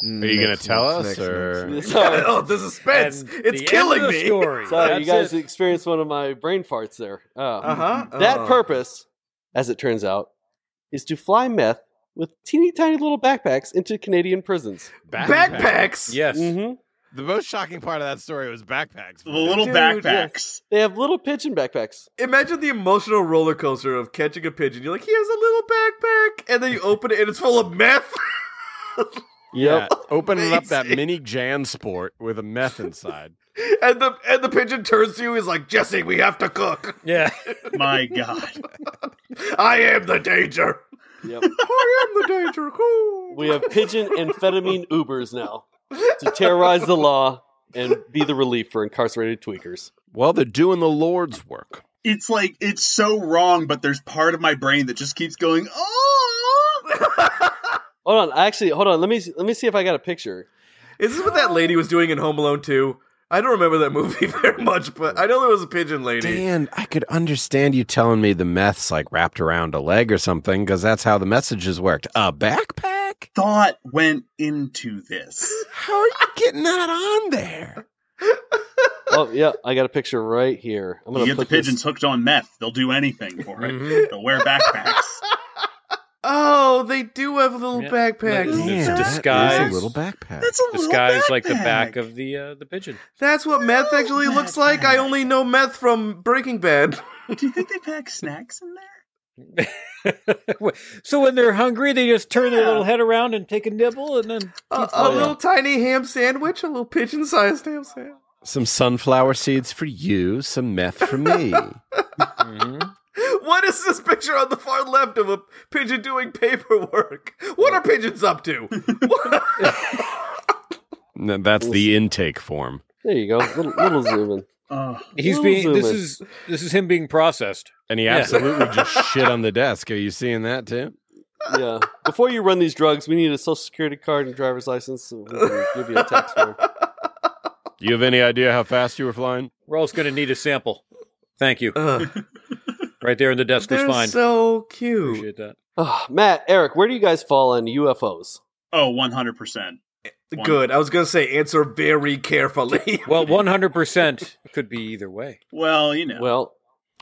Are you going to tell us? or
Sorry,
oh, the suspense!
And
It's
the
killing
end of the
me.
Story.
sorry, you guys
That's it.
experienced one of my brain farts there. Uh,
Uh-huh. Uh
That purpose, as it turns out, is to fly meth with teeny tiny little backpacks into Canadian prisons.
backpacks.
Yes.
hmm
The most shocking part of that story was backpacks.
The little
Dude,
backpacks.
They have little pigeon backpacks.
Imagine the emotional roller coaster of catching a pigeon. You're like, he has a little backpack, and then you open it, and it's full of meth.
Yep.
Yeah, opening up that
Amazing.
mini Jansport with a meth inside.
and the and the pigeon turns to you. He's like, Jesse, we have to cook.
Yeah.
My God.
I am the danger.
Yep.
I am the danger. Cool.
We have pigeon amphetamine Ubers now to terrorize the law and be the relief for incarcerated tweakers.
Well, they're doing the Lord's work.
It's like it's so wrong, but there's part of my brain that just keeps going. Oh.
Hold on, actually, hold on. Let me let me see if I got a picture.
Is this what that lady was doing in Home Alone 2? I don't remember that movie very much, but I know there was a pigeon lady.
Dan, I could understand you telling me the meth's like wrapped around a leg or something because that's how the messages worked. A backpack?
Thought went into this.
How are you getting that on there?
Oh yeah, I got a picture right here. I'm
You
gonna
get the
put this- Mm-hmm.
pigeons hooked on meth; they'll do anything for it. They'll wear backpacks.
Oh, they do have little
Yeah.
backpacks.
It's
Damn, that is
disguised.
a little backpack.
That's a
The
little
sky's like the
backpack.
back of the uh, the pigeon.
That's what meth
No
actually looks like. I
backpack.
only know meth from Breaking Bad.
Do you think they pack snacks in there?
so when they're hungry, they just turn their
Yeah.
little head around and take a nibble, and then
A, a
flying.
little tiny ham sandwich, a little pigeon-sized ham sandwich.
Some sunflower seeds for you, some meth for me.
What is this picture on the far left of a pigeon doing paperwork? What are pigeons up to?
No, that's the intake form.
There you go. Little, little zoom in.
Oh,
he's
Little
being. This
zoomers.
is this is him being processed.
And he
Yeah.
absolutely just shit on the desk. Are you seeing that too?
Yeah. Before you run these drugs, we need a social security card and driver's license. So we can give you a tax form.
You have any idea how fast you were flying?
We're also going to need a sample. Thank you.
Ugh,
Right there in the desk is
they're
fine.
so cute.
Appreciate that.
Ah, Matt, Eric, where do you guys fall on UFOs?
oh, one hundred percent.
Good. I was gonna say answer very carefully.
Well, one hundred percent could be either way.
Well, you know,
Well,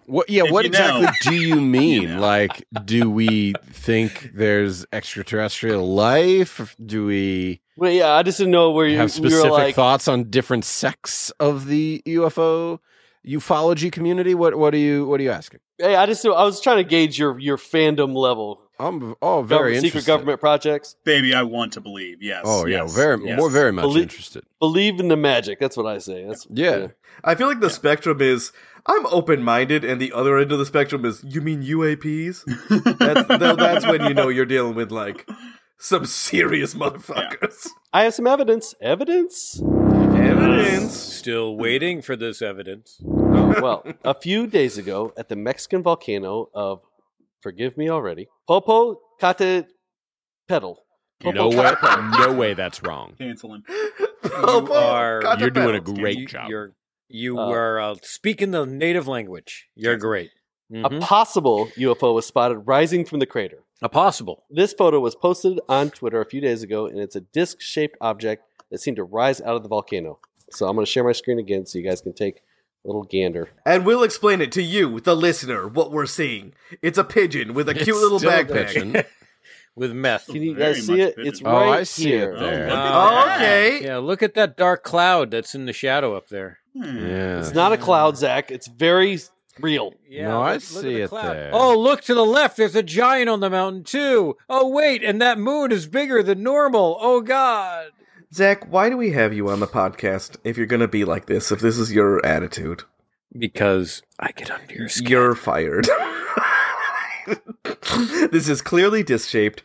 What? Yeah.
If
what
you know.
exactly do you mean?
know.
Like, do we think there's extraterrestrial life? Do we
well, yeah, I just didn't know where you
have
you were
specific
like.
thoughts on different sects of the UFO ufology community? What? What are you? What are you asking?
Hey, I just I was trying to gauge your your fandom level.
I'm oh very
Government- secret
interested.
government projects.
baby, I want to believe. Yes.
Oh yeah,
yes,
very
yes.
more very much
Belie-
interested.
Believe in the magic. That's what I say. That's
Yeah.
I feel like the spectrum is I'm open minded, and the other end of the spectrum is you mean UAPs. That's tha- that's when you know you're dealing with like some serious motherfuckers.
I have some evidence. Evidence?
Evidence.
Still waiting for this evidence.
Oh, well, a few days ago at the Mexican volcano of, forgive me already, Popo Cate Pedal.
No way, no way. That's wrong.
Canceling.
Popo
are-
Cata
You're doing a
Pedals.
great
you,
job.
You're you
Uh,
were uh, speaking the native language. You're great.
A
Mm-hmm.
Mhm.
possible UFO was spotted rising from the crater.
A possible.
This photo was posted on Twitter a few days ago, and it's a disc shaped object that seemed to rise out of the volcano. So I'm going to share my screen again so you guys can take a little gander.
And we'll explain it to you, the listener, what we're seeing. It's a pigeon with a cute
It's
little
still a
backpack.
pigeon.
With meth.
Can you
Very
guys
much
see it?
pigeon.
It's
Oh,
right
oh, I see
here.
it
Oh,
there.
look
Oh,
at that.
okay.
Yeah, look at that dark cloud that's in the shadow up there.
Hmm.
yeah.
It's not a cloud, Zach. It's very real.
Yeah,
No, I see
the
it there.
Oh, look to the left. There's a giant on the mountain too. Oh, wait, and that moon is bigger than normal. Oh God.
Zach, why do we have you on the podcast if you're going to be like this, if this is your attitude?
Because I get under your skin.
You're fired. this is clearly disc shaped.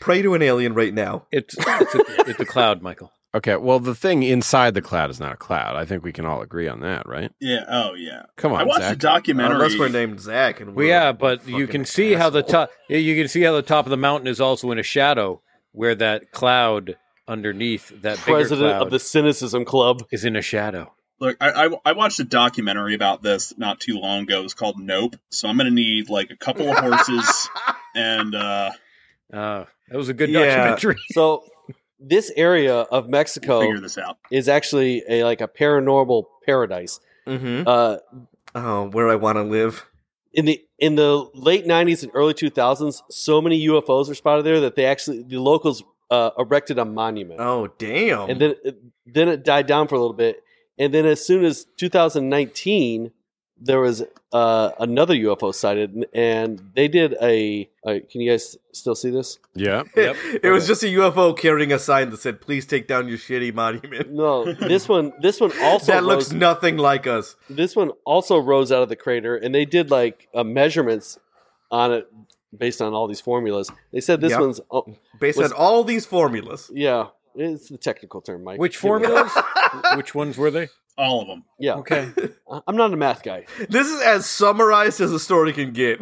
Pray to an alien right now.
It's it's a, it's a cloud, Michael.
Okay, well, the thing inside the cloud is not a cloud. I think we can all agree on that, right?
Yeah. Oh yeah.
Come on,
I watched a
Zach.
documentary.
Unless we're named Zach and
Well,
we're
yeah, but you
fucking
can see how the
asshole.
top you can see how the top of the mountain is also in a shadow where that cloud underneath that bigger
President
cloud
of the Cynicism Club.
is in a shadow.
Look, I, I I watched a documentary about this not too long ago. It was called Nope. So I'm gonna need like a couple of horses and uh
Uh, that was a good
Yeah.
documentary.
So this area of Mexico
figure this out.
is actually a like a paranormal paradise.
Mm-hmm.
Uh,
Oh, where I want to live.
in the in the late '90s and early 2000s, so many UFOs were spotted there that they actually the locals uh, erected a monument,
Oh, damn.
and then then it died down for a little bit, and then as soon as 2019, there was uh, another UFO sighted, and they did a. Uh, can you guys still see this?
Yeah.
Yep.
it was just a UFO carrying a sign that said, "Please take down your shitty monument."
No, this one. This one also
that
rose-
looks nothing like us.
this one also rose out of the crater and they did like uh, measurements on it based on all these formulas they said this
Yeah.
one's oh,
Based
Was-
on all these formulas.
yeah it's the technical term mike
Which
Give me-
formulas? Which ones were they?
All of them.
yeah
Okay.
I- i'm not a math guy
This is as summarized as a story can get.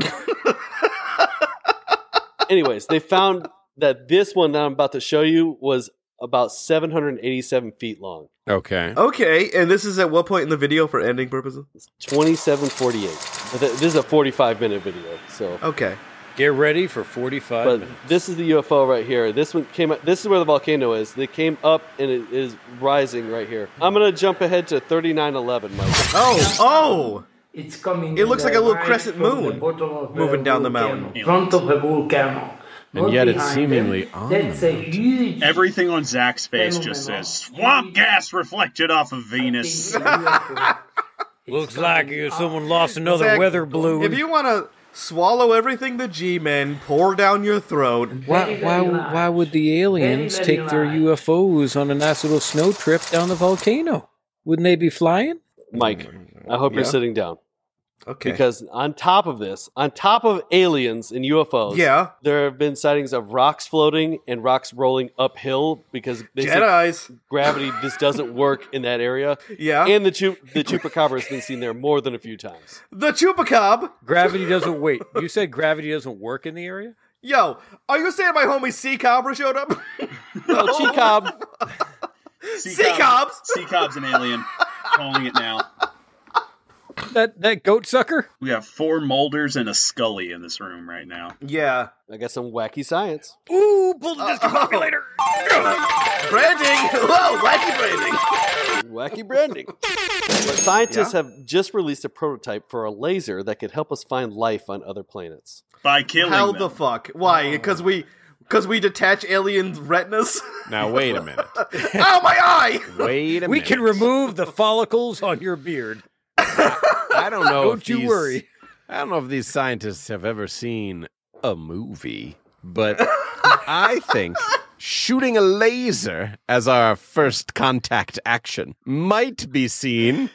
anyways they found that this one that i'm about to show you was about 787 feet long
Okay.
okay, and this is at what point in the video for ending purposes?
it's 2748 But th- this is a 45 minute video so
Okay.
Get ready for 45
but
minutes.
this is the UFO right here. This one came. This is where the volcano is. They came up and it is rising right here. I'm gonna jump ahead to 3911, Mike.
Oh, oh.
It's coming.
It looks like a little
right
crescent
from
moon
the bottom of the
moving down the
volcano,
mountain.
Yeah.
Front of the volcano.
And
Not
yet it's
behind
seemingly
them. That's a huge.
Everything on Zach's face just says swamp gas reflected off of Venus.
Looks like you- someone lost another
Zach,
weather balloon.
If you want to swallow everything the G-men pour down your throat,
why, why, why would the aliens
Very, very
take their
large.
UFOs on a nice little snow trip down the volcano? Wouldn't they be flying?
Mike, I hope you're
Yeah.
sitting down
okay.
because on top of this, on top of aliens and UFOs,
yeah,
there have been sightings of rocks floating and rocks rolling uphill because they say
Jedi's.
gravity just doesn't work in that area.
Yeah.
And the chup- the chupacabra has been seen there more than a few times.
the chupacab.
Gravity doesn't wait. You said gravity doesn't work in the area?
Yo, are you saying my homie Sea Cobra showed up?
Well, Cheekob,
Sea Cobs.
Sea Cob's an alien. Calling it now.
That that goat sucker?
We have four Molders and a Scully in this room right now.
Yeah.
I got some wacky science.
Ooh, pull the discombobulator.
Branding. Whoa, wacky branding.
Wacky branding. But scientists have just released a prototype for a laser that could help us find life on other planets.
By killing
How
them.
the fuck? Why? Because we, because we detach alien retinas.
Now wait a minute.
oh my eye!
Wait a minute.
We can remove the follicles on your beard.
I don't know.
Don't
if
you
these-
worry.
I don't know if these scientists have ever seen a movie, but I think shooting a laser as our first contact action might be seen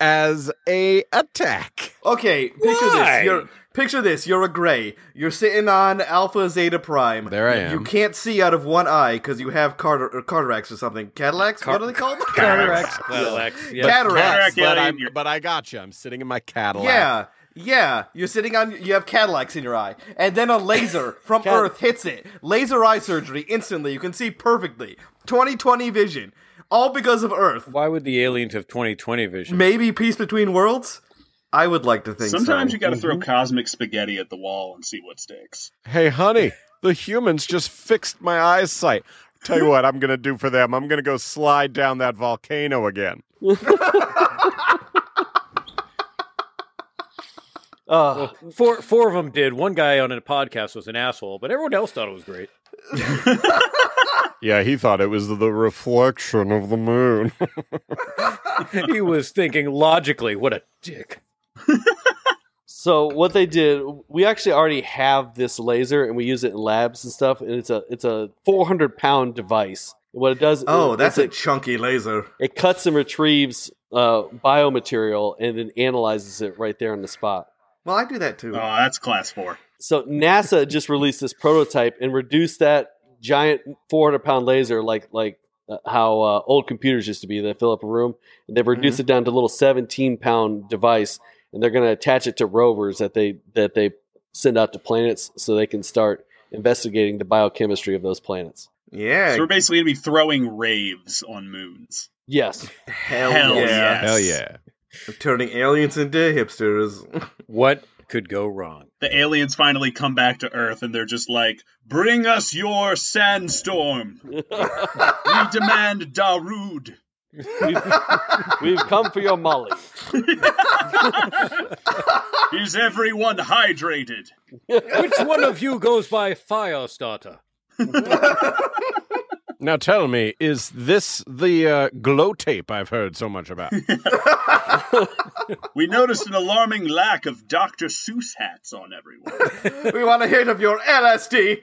as a attack.
Okay, picture
Why?
this. You're picture this. You're a gray. You're sitting on Alpha Zeta Prime.
There I
You
am.
can't see out of one eye because you have carter- or cataracts or something. Cadillacs? what are they called?
Cataracts. Cataracts. Yeah.
Cataracts.
Cataract.
But,
Yeah,
I'm,
you're-
but I gotcha. I'm sitting in my Cadillac.
Yeah. Yeah, you're sitting on. You have Cadillacs in your eye, and then a laser from
Cad-
Earth hits it. Laser eye surgery instantly. You can see perfectly. 2020 vision, all because of Earth.
Why would the aliens have 2020 vision?
Maybe peace between worlds. I would like to think. so.
Sometimes you gotta throw cosmic spaghetti at the wall and see what sticks.
Hey, honey, the humans just fixed my eyesight. Tell you what, I'm going to do for them. I'm going to go slide down that volcano again.
Uh,
Four four of them did. One guy on a podcast was an asshole, but everyone else thought it was great.
Yeah, he thought it was the reflection of the moon.
he was thinking logically. What a dick.
so what they did, we actually already have this laser, and we use it in labs and stuff. And it's a it's a 400 pound device. What it does,
Oh, that's a
it.
chunky laser.
It cuts and retrieves uh, biomaterial and then analyzes it right there on the spot.
Well, I do that too.
Oh, that's class four.
So NASA just released this prototype and reduced that giant 400 pound laser, like like uh, how uh, old computers used to be that fill up a room. And they've reduced it down to a little 17 pound device, and they're going to attach it to rovers that they that they send out to planets so they can start investigating the biochemistry of those planets.
yeah,
So we're basically gonna be throwing raves on moons.
Yes,
hell,
Hell
yeah.
yes.
Hell yeah.
Turning aliens into hipsters.
What What could go wrong?
The aliens finally come back to Earth and they're just like, Bring us your sandstorm. we demand Darude.
We've, we've come for your molly.
Is everyone hydrated?
Which one of you goes by Firestarter?
Now tell me, is this the uh, glow tape I've heard so much about?
We noticed an alarming lack of Dr. Seuss hats on everyone.
we want a hit of your LSD.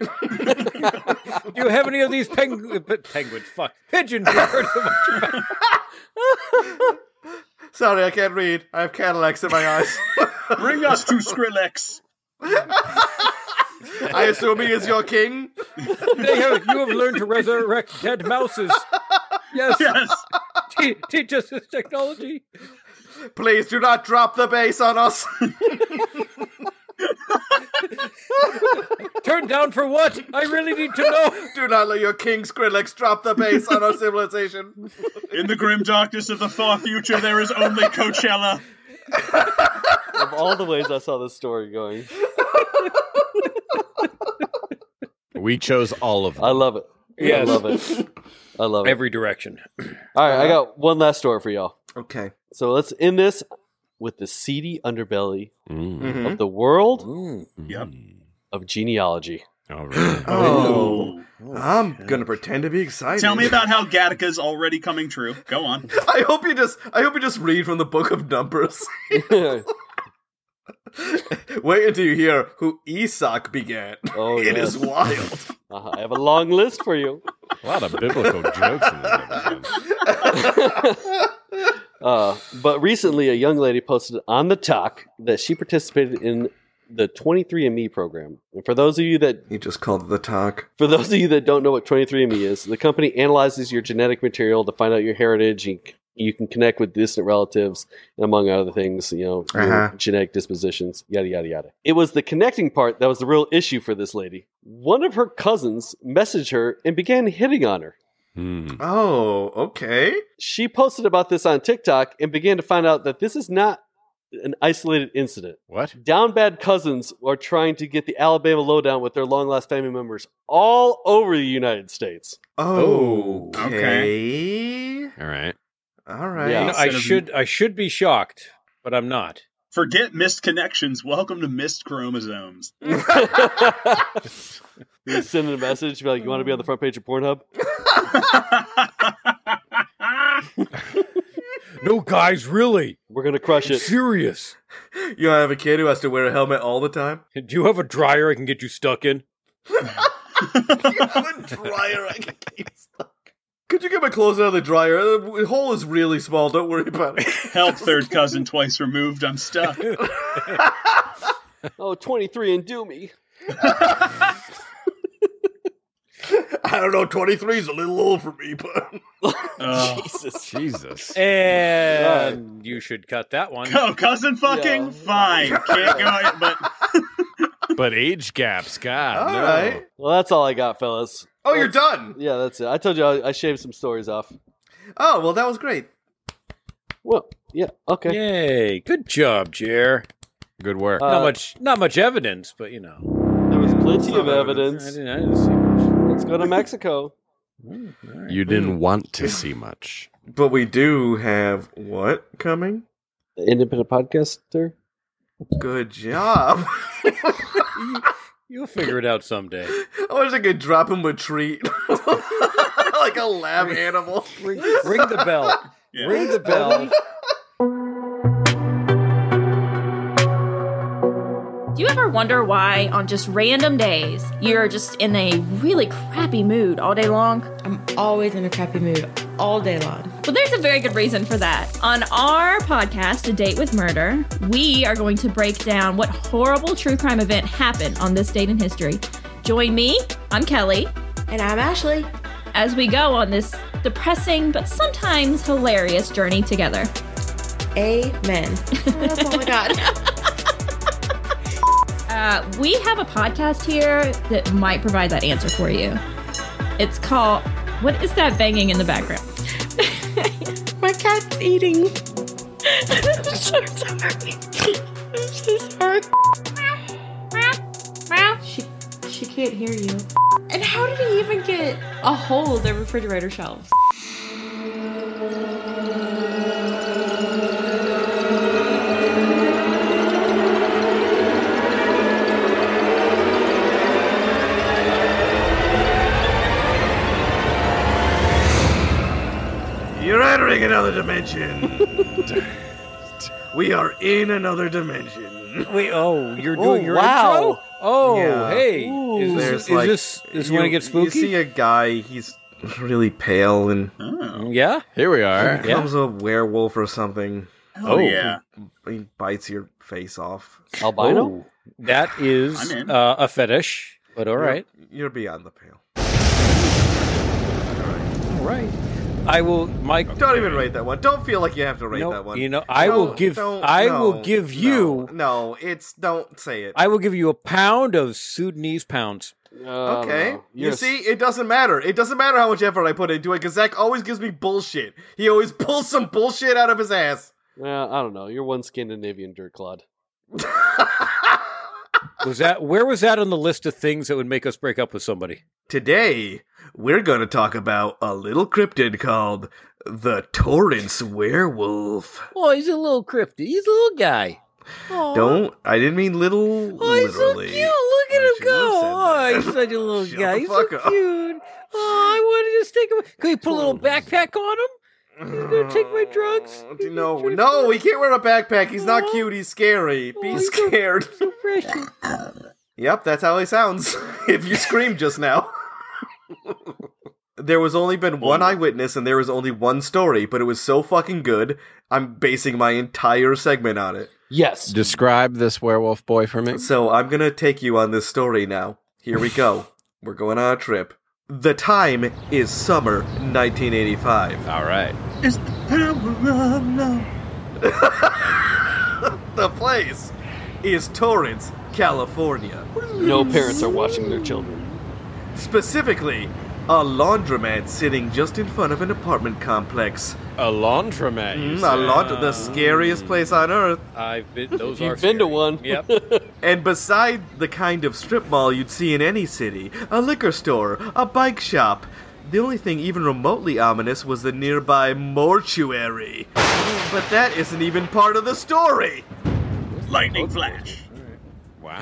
Do you have any of these penguin penguins? Fuck, pigeons. I've heard so much about.
Sorry, I can't read. I have Cadillacs in my eyes.
Bring us to Skrillex.
I assume he is your king.
They have, you have learned to resurrect dead mouses. Yes,
Yes.
te- teach us this technology.
Please do not drop the bass on us.
Turn down for what? I really need to know.
do not let your king Skrillex drop the bass on our civilization.
In the grim darkness of the far future, there is only Coachella.
Of all the ways I saw this story going,
we chose all of them.
I love it.
Yes.
I love it. I love it.
Every Uh-huh. direction.
all right, I got one last story for y'all.
Okay.
So let's end this with the seedy underbelly
Mm.
Mhm.
of the world
mm-hmm.
Yep.
of genealogy.
All right.
Oh, I'm gonna pretend to be excited.
Tell me about how Gattaca's already coming true. Go on.
I hope you just. I hope you just read from the book of numbers.
oh,
Wait until you hear who Isak begat. It
yes.
is wild.
Uh-huh. I have a long list for you.
A lot of biblical jokes in this episode.
Uh, but recently, a young lady posted on the talk that she participated in the 23andMe program. And for those of you that
You just called the talk.
for those of you that don't know what 23andMe is, the company analyzes your genetic material to find out your heritage. You, c- you can connect with distant relatives, and among other things, you know, your
Uh-huh.
genetic dispositions, yada, yada, yada. It was the connecting part that was the real issue for this lady. One of her cousins messaged her and began hitting on her.
Hmm.
Oh, okay.
She posted about this on TikTok and began to find out that this is not an isolated incident.
What?
Down bad cousins are trying to get the Alabama lowdown with their long lost family members all over the United States.
Oh,
okay.
All right.
All right.
Yeah.
You know, I
Instead of-
should I should be shocked, but I'm not.
Forget missed connections. Welcome to missed chromosomes.
You send in a message, be like, "You want to be on the front page of Pornhub?"
No, guys, really
We're gonna crush it.
serious.
You have a kid who has to wear a helmet all the time.
Do you have a dryer I can get you stuck in?
you have a dryer. I can keep stuck. Could you get my clothes out of the dryer? The hole is really small. Don't worry about it.
Help, third cousin twice removed. I'm stuck.
Oh, 23 and do me.
I don't know. Twenty three is a little old for me, but
Oh.
Jesus.
Jesus.
And you should cut that one.
Go, oh, cousin fucking?
Yeah.
Fine. Can't go, but
But age gaps, God.
all right.
Ah.
no.
Well, that's all I got, fellas.
Oh, you're done.
Yeah, that's it. I told you I, I shaved some stories off.
Oh, well, that was great.
Well, yeah, okay.
Yay! Good job, Jer.
Good work.
Uh,
Not much, not much evidence, but you know,
There was plenty of
I
evidence.
didn't, I didn't see much.
Let's go to Mexico.
you didn't want to see much.
But we do have what coming?
The independent podcaster.
Good job.
You'll figure it out someday.
I wish I could drop him a treat. like a lab animal.
Ring, ring the bell.
Yeah.
Ring the bell.
Do you ever wonder why, on just random days, you're just in a really crappy mood all day long?
I'm always in a crappy mood all day long.
Well, there's a very good reason for that. On our podcast, A Date with Murder, we are going to break down what horrible true crime event happened on this date in history. Join me, I'm Kelly,
And I'm Ashley.
as we go on this depressing but sometimes hilarious journey together.
Amen. Oh That's all I got.
Uh, we have a podcast here that might provide that answer for you. It's called What is that banging in the background?
My cat's eating. I'm so sorry. I'm so sorry. She she can't hear you. And how did he even get a hold of the refrigerator shelves?
You're entering another dimension. we are in another dimension.
Wait, oh, you're
doing your intro?
Oh,
Yeah.
hey. Is
There's,
this, is
like,
this, this when
you-
it gets spooky?
You see a guy, he's really pale and
Mm, yeah.
Here we are.
He
Yeah.
becomes a werewolf or something.
Oh, Oh. yeah.
He bites your face off.
Oh, that is
I'm in.
uh, a fetish, but all
You're-
right.
You're beyond the pale.
All right. I will, Mike.
Don't even rate that one. Don't feel like you have to rate
No,
that one.
you know, I will give- I will give you-
No, no, it's don't say it.
I will give you a pound of Sudanese pounds.
Uh,
okay, you see, it doesn't matter. It doesn't matter how much effort I put into it because Zach always gives me bullshit. He always pulls some bullshit out of his ass.
Yeah, I don't know. You're one Scandinavian dirt clod.
Was that where was that on the list of things that would make us break up with somebody?
Today,
We're going to talk about a little cryptid called the Torrance Werewolf.
Oh, he's a little cryptic. He's a little guy.
Don't. I didn't mean little.
Oh, he's so
literally.
cute. Look at him go. Oh, he's such a little guy.
the
He's so
fuck up.
cute. Oh, I want to just take him. Can we put a little backpack on him? He's going to take my drugs.
No, no, he can't wear a backpack. He's not cute. He's scary. Be scared.
Oh, So precious.
Yep, that's how he sounds. if you screamed just now. there was only been one eyewitness and there was only one story, but it was so fucking good, I'm basing my entire segment on it.
Yes.
Describe this werewolf boy for me.
So I'm gonna take you on this story now. Here we go. We're going on a trip. The time is summer 1985.
All right.
It's the power of love.
The place is Torrance, California.
No parents are watching their children.
Specifically, a laundromat sitting just in front of an apartment complex.
A laundromat.
Mm, a laundromat, the scariest place on earth.
I've been. Those
You've been to one.
Yep.
And beside the kind of strip mall you'd see in any city, a liquor store, a bike shop, the only thing even remotely ominous was the nearby mortuary. But that isn't even part of the story.
Lightning flash.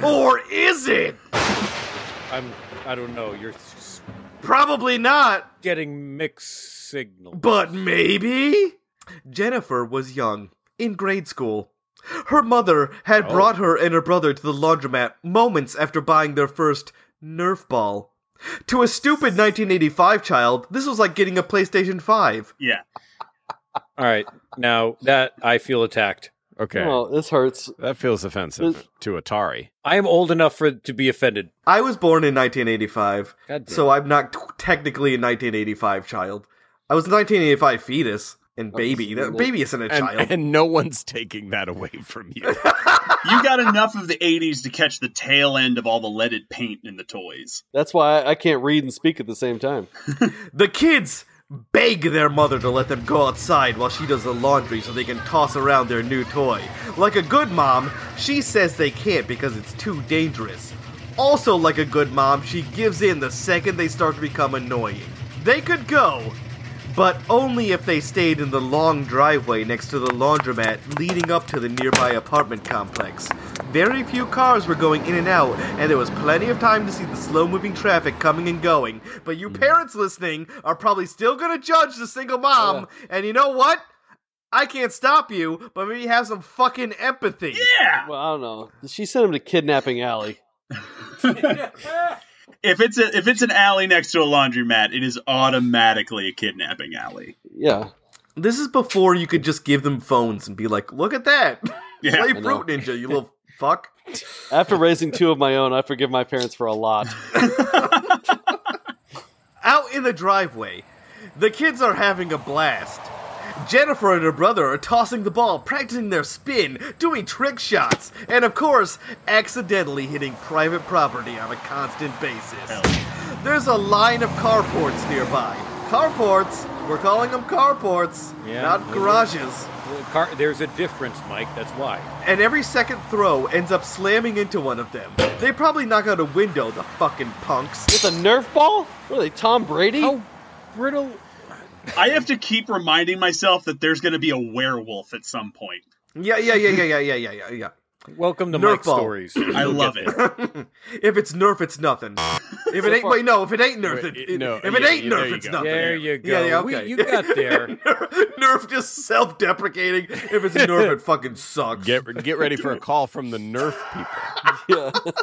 Or is it?
I'm. I don't know. You're s-
Probably not,
getting mixed signals.
but maybe? Jennifer was young, in grade school. Her mother had brought her and her brother to the laundromat moments after buying their first Nerf ball. To a stupid 1985 child, this was like getting a PlayStation 5.
Yeah.
All right. Now that I feel attacked.
Okay.
Well, this hurts.
that feels offensive to Atari.
I am old enough for to be offended.
I was born in 1985,
God damn.
so I'm not t- technically a 1985 child. I was a 1985 fetus and baby. That, baby isn't a
And,
child.
and no one's taking that away from you.
You got enough of the 80s to catch the tail end of all the leaded paint in the toys.
That's why I can't read and speak at the same time.
The kids beg their mother to let them go outside while she does the laundry so they can toss around their new toy. Like a good mom, she says they can't because it's too dangerous. Also, like a good mom, she gives in the second they start to become annoying. They could go, but only if they stayed in the long driveway next to the laundromat leading up to the nearby apartment complex. Very few cars were going in and out, and there was plenty of time to see the slow moving traffic coming and going. But
Hmm.
you parents listening are probably still going to judge the single mom, and you know what? I can't stop you, but maybe have some fucking empathy.
Yeah!
Well, I don't know. She sent him to kidnapping alley.
If it's a, if it's an alley next to a laundromat, it is automatically a kidnapping alley.
Yeah.
This is before you could just give them phones and be like, look at that.
Yeah.
Play
I know.
Fruit Ninja, you little fuck.
After raising two of my own, I forgive my parents for a lot.
Out in the driveway, the kids are having a blast. Jennifer and her brother are tossing the ball, practicing their spin, doing trick shots, and of course, accidentally hitting private property on a constant basis. There's a line of carports nearby. Carports We're calling them carports,
Yeah.
not garages.
Well, Car- there's a difference, Mike. That's why.
And every second throw ends up slamming into one of them. They probably knock out a window, the fucking punks. With
a Nerf ball? What are they, Tom Brady? How
brittle.
I have to keep reminding myself that there's going to be a werewolf at some point.
Yeah, yeah, yeah, yeah, yeah, yeah, yeah, yeah, yeah.
Welcome
to Mike Stories. I
You'll
love
get there. if it's Nerf, it's nothing. If it ain't, wait, no. If it ain't Nerf, it, it- if it ain't Nerf, it's nothing.
There you go.
Yeah, yeah,
We-
okay.
you got there.
Nerf just self-deprecating. If it's Nerf, it fucking sucks.
Get get ready for a call from the Nerf people.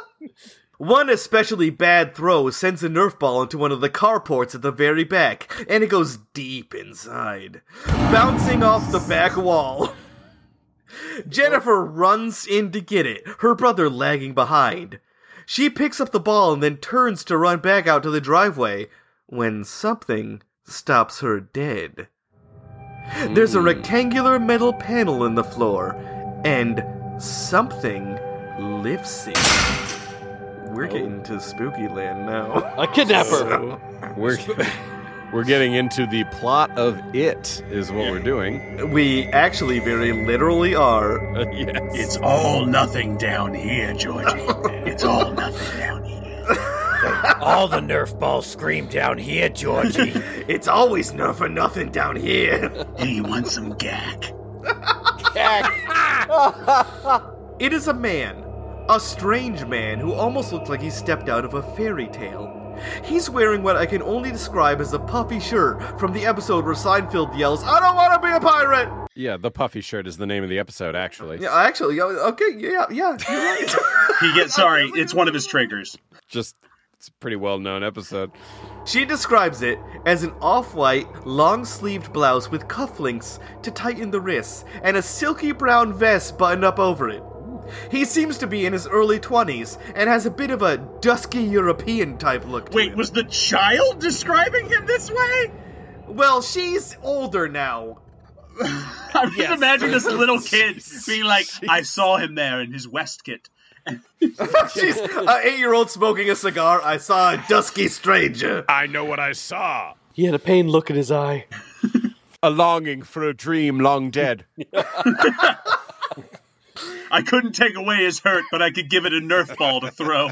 One especially bad throw sends a Nerf ball into one of the carports at the very back, and it goes deep inside, bouncing off the back wall. Jennifer runs in to get it, her brother lagging behind. She picks up the ball and then turns to run back out to the driveway when something stops her dead. There's a rectangular metal panel in the floor, and something lifts it. We're getting to spooky land now.
A kidnapper.
we're we're getting into the plot of it is what we're doing.
We actually very literally are.
yes.
It's all nothing down here, Georgie. It's all nothing down here.
All the Nerf balls scream down here, Georgie.
it's always Nerf or nothing down here.
hey, you want some gack?
it is a man, a strange man who almost looks like he stepped out of a fairy tale. He's wearing what I can only describe as a puffy shirt from the episode where Seinfeld yells, I don't want to be a pirate!
Yeah, the puffy shirt is the name of the episode actually.
Yeah, actually, yeah, okay, yeah, yeah, you're right.
He gets sorry. It's one of his triggers.
Just it's a pretty well known episode.
She describes it as an off white, long sleeved blouse with cufflinks to tighten the wrists and a silky brown vest buttoned up over it. He seems to be in his early 20s and has a bit of a dusky European type look to Wait,
was the child describing him this way?
Well, she's older now.
I can imagine this little kid being like, "I saw him there in his waistcoat."
she's an eight year old smoking a cigar. I saw a dusky stranger.
I know what I saw.
He had a pained look in his eye.
A longing for a dream long dead.
I couldn't take away his hurt, but I could give it a Nerf ball to throw.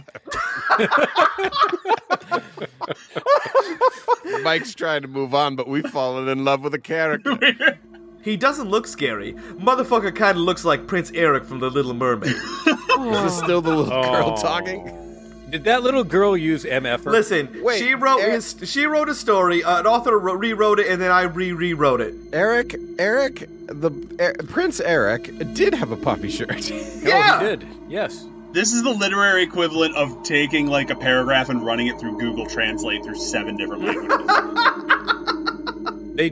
Mike's trying to move on, but we've fallen in love with a character.
He doesn't look scary. Motherfucker kind of looks like Prince Eric from The Little Mermaid.
Is this still the little
Oh.
girl talking?
Did that little girl use MF?
Listen, she wrote his, she wrote a story. Uh, an author wro- rewrote it, and then I re rewrote it.
Eric, Eric, the er, Prince Eric did have a puffy shirt.
Yeah,
did. Yes.
This is the literary equivalent of taking like a paragraph and running it through Google Translate through seven different languages.
They,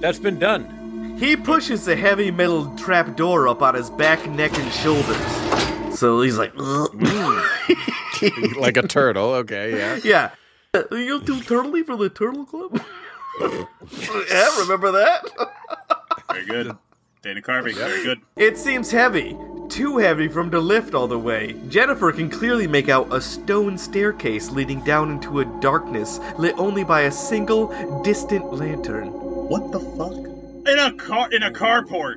that's been done.
He pushes a heavy metal trapdoor up on his back, neck, and shoulders. So he's like,
like a turtle. Okay, yeah.
yeah. Uh, You'll do turtley for the turtle club. yeah, remember that?
Very good. Dana Carvey, very good.
It seems heavy. Too heavy from to lift all the way. Jennifer can clearly make out a stone staircase leading down into a darkness lit only by a single distant lantern.
What the fuck? In a car in a carport.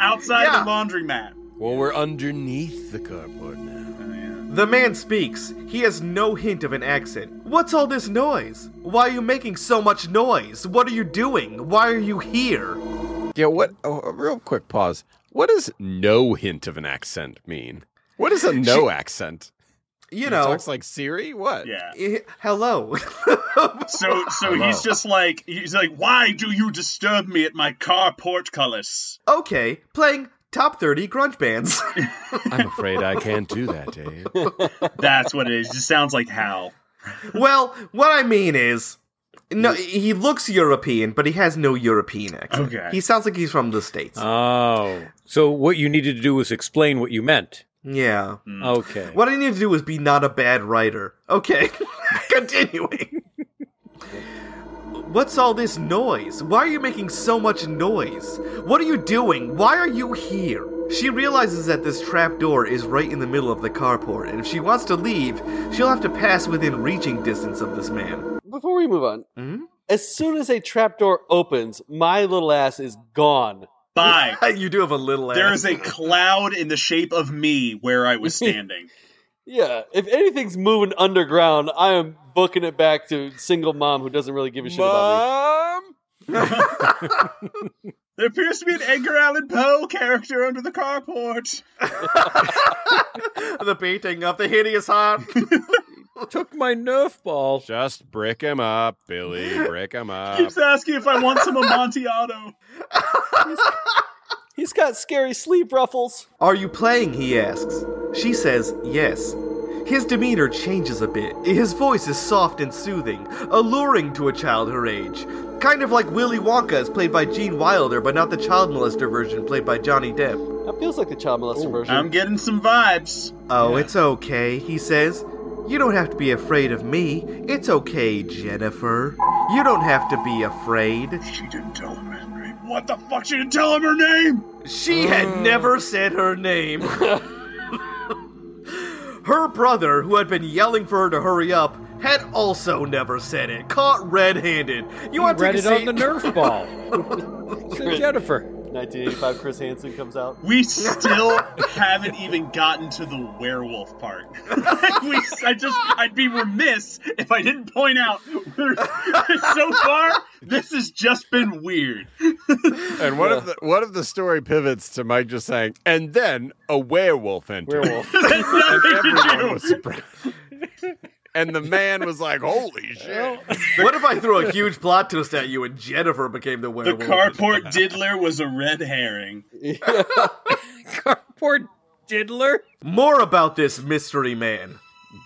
Outside the laundromat.
Well, we're underneath the carport now.
The man speaks. He has no hint of an accent. What's all this noise? Why are you making so much noise? What are you doing? Why are you here?
Yeah. What? Oh, a real quick pause. What does no hint of an accent mean? What is a no accent?
You
He
know, eh,
talks like Siri. What?
Yeah.
hello.
So so
Hello.
he's just like he's like, Why do you disturb me at my carport colors?
okay, playing top 30 grunge bands.
I'm afraid I can't do that, Dave.
That's what it is. It just sounds like Hal.
well, what I mean is, no, he looks European, but he has no European accent.
Okay.
He sounds like he's from the States.
Uh,
Oh. So what you needed to do was explain what you meant.
Yeah.
Hmm.
Okay.
What I need to do is be not a bad writer. Okay, continuing. What's all this noise? Why are you making so much noise? What are you doing? Why are you here? She realizes that this trapdoor is right in the middle of the carport, and if she wants to leave, she'll have to pass within reaching distance of this man.
Before we move on, As soon as a trapdoor opens, my little ass is gone.
Bye.
you do have a little
There is a cloud in the shape of me where I was standing.
Yeah, if anything's moving underground, I am booking it back to single mom who doesn't really give a shit about me.
There appears to be an Edgar Allan Poe character under the carport.
the beating of the hideous heart.
Took my Nerf ball.
Just brick him up, Billy. Brick him up.
Keeps asking if I want some Amontillado.
He's got scary sleep ruffles.
Are you playing? He asks. She says, Yes. His demeanor changes a bit. His voice is soft and soothing, alluring to a child her age. Kind of like Willy Wonka as played by Gene Wilder, but not the child molester version played by Johnny Depp.
That feels like the child molester version.
I'm getting some vibes.
Oh, it's okay, he says. You don't have to be afraid of me. It's okay, Jennifer. You don't have to be afraid.
She didn't tell him his name. What the fuck? She didn't tell him her name.
She
Mm.
had never said her name. her brother, who had been yelling for her to hurry up, had also never said it. Caught red-handed. You want to
Read
take a
it on
seat?
the Nerf ball. Said Jennifer.
1985 Chris Hansen comes out.
We still haven't even gotten to the werewolf part. we, I just, I'd be remiss if I didn't point out. we're- so far, this has just been weird.
And what if the what if the story pivots to Mike just saying, and then a werewolf entered.
Werewolf.
There's nothing
Everyone
to
was
do.
surprised. And the man was like, holy shit.
What if I threw a huge plot twist at you and Jennifer became the
The
werewolf?
carport diddler was a red herring.
Poor diddler.
More about this mystery man.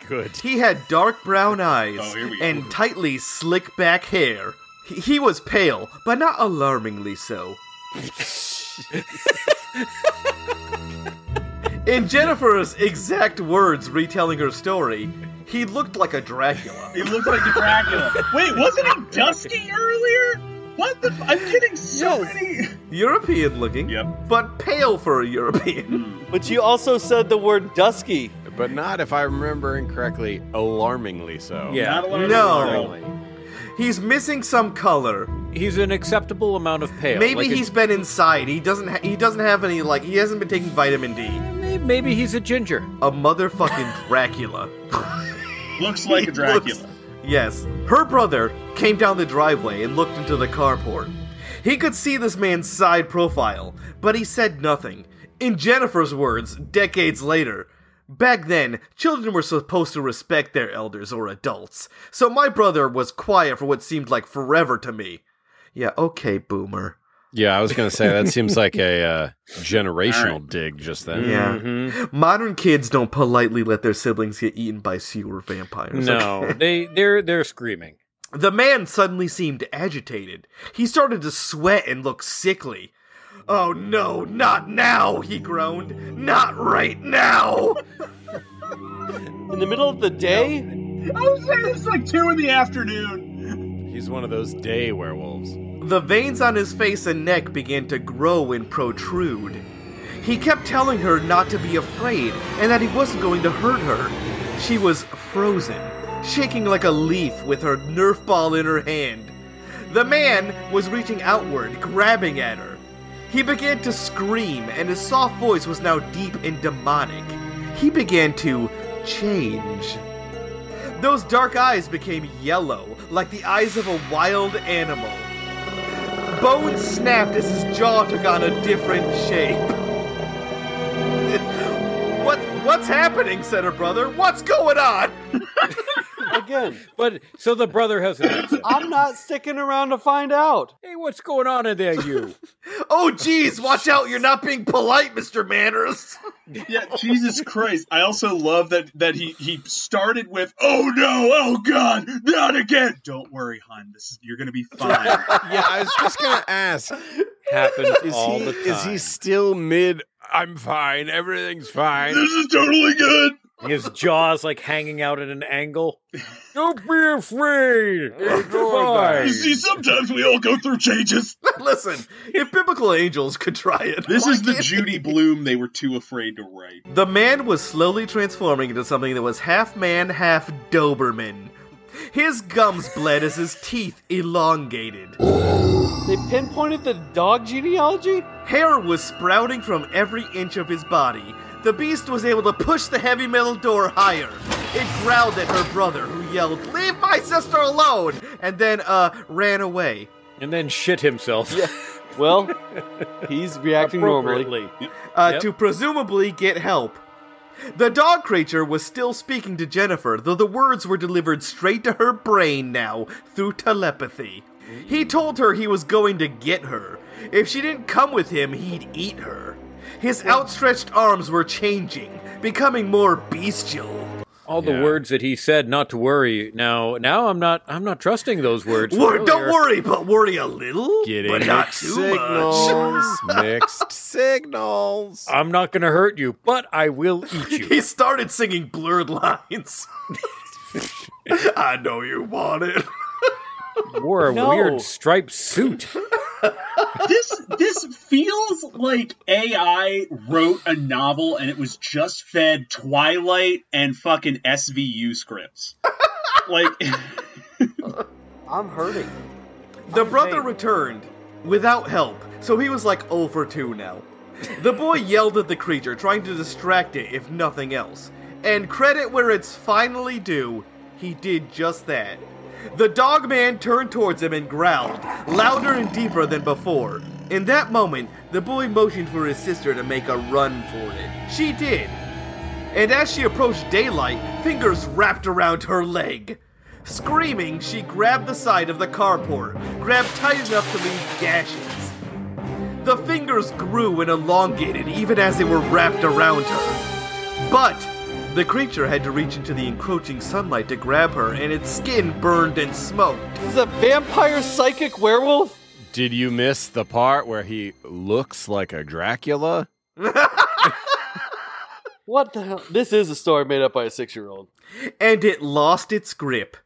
Good.
He had dark brown eyes
Oh, here we go.
and tightly slick back hair. He- He was pale, but not alarmingly so. In Jennifer's exact words retelling her story, he looked like a Dracula.
He looked like Dracula. Wait, wasn't he dusky earlier? What the? I'm getting so many.
European looking,
Yep.
but pale for a European.
But you also said the word dusky.
But not, if I'm remembering correctly, alarmingly so.
Yeah.
Oh, Not alarming.
No.
Hmm.
He's missing some color.
He's an acceptable amount of pale.
Maybe
Like a-
he's been inside. He doesn't. Ha- he doesn't have any. Like he hasn't been taking vitamin D.
may- maybe he's a ginger.
A motherfucking Dracula.
Looks like a Dracula.
Looks- yes. Her brother came down the driveway and looked into the carport. He could see this man's side profile, but he said nothing. In Jennifer's words, decades later, back then, children were supposed to respect their elders or adults. So my brother was quiet for what seemed like forever to me. Yeah, okay, boomer.
Yeah, I was going to say, that seems like a uh, generational dig just then.
Yeah. Modern kids don't politely let their siblings get eaten by sewer vampires.
No, they they're they're screaming.
The man suddenly seemed agitated. He started to sweat and look sickly. Oh no, not now, he groaned. Not right now!
In the middle of the day?
I was saying this is like two in the afternoon.
He's one of those day werewolves.
The veins on his face and neck began to grow and protrude. He kept telling her not to be afraid and that he wasn't going to hurt her. She was frozen, shaking like a leaf with her Nerf ball in her hand. The man was reaching outward, grabbing at her. He began to scream, and his soft voice was now deep and demonic. He began to change. Those dark eyes became yellow, like the eyes of a wild animal. Bones snapped as his jaw took on a different shape. what what's happening? said her brother. What's going on?
Again,
But so the brother has an accent.
I'm not sticking around to find out.
Hey, what's going on in there, you?
Oh geez, watch out, you're not being polite, Mr. Manners.
Yeah, Jesus Christ. I also love that that he he started with, "Oh no, oh god, not again." Don't worry, hon. This is you're going to be fine.
Yeah, I was just going to ask,
Happens
is,
all
he,
the time.
is he still mid, I'm fine, everything's fine?
this is totally good.
His jaw's like hanging out at an angle. Don't be afraid. It's
You
fine.
see, sometimes we all go through changes.
Listen, if biblical angels could try it.
This
why
is the
can't
Judy Bloom they were too afraid to write.
The man was slowly transforming into something that was half man, half Doberman. His gums bled as his teeth elongated.
They pinpointed the dog genealogy?
Hair was sprouting from every inch of his body. The beast was able to push the heavy metal door higher. It growled at her brother, who yelled, Leave my sister alone! And then, uh, ran away.
And then shit himself. Yeah.
Well, he's reacting normally.
Uh, To presumably get help. The dog creature was still speaking to Jennifer, though the words were delivered straight to her brain now through telepathy. He told her he was going to get her. If she didn't come with him, he'd eat her. His outstretched arms were changing, becoming more bestial.
All the words that he said not to worry. Now, now I'm not. I'm not trusting those words.
Wor-
from
don't
earlier.
worry, but worry a little,
Getting
but not
mixed
too
signals,
much.
mixed signals.
I'm not going to hurt you, but I will eat you.
he started singing blurred lines. I know you want it.
Wore a
No.
weird striped suit.
this this feels like AI wrote a novel and it was just fed Twilight and fucking SVU scripts. Like
I'm hurting. The brother returned without help, so he was like 0 for 2 now. The boy yelled at the creature, trying to distract it, if nothing else. And credit where it's finally due, he did just that. The dog man turned towards him and growled, louder and deeper than before. In that moment, the boy motioned for his sister to make a run for it. She did, and as she approached daylight, fingers wrapped around her leg. Screaming, she grabbed the side of the carport, grabbed tight enough to leave gashes. The fingers grew and elongated even as they were wrapped around her. But the creature had to reach into the encroaching sunlight to grab her, and its skin burned and smoked.
This is a vampire psychic werewolf?
Did you miss the part where he looks like a Dracula?
What the hell? This is a story made up by a six year old.
and it lost its grip.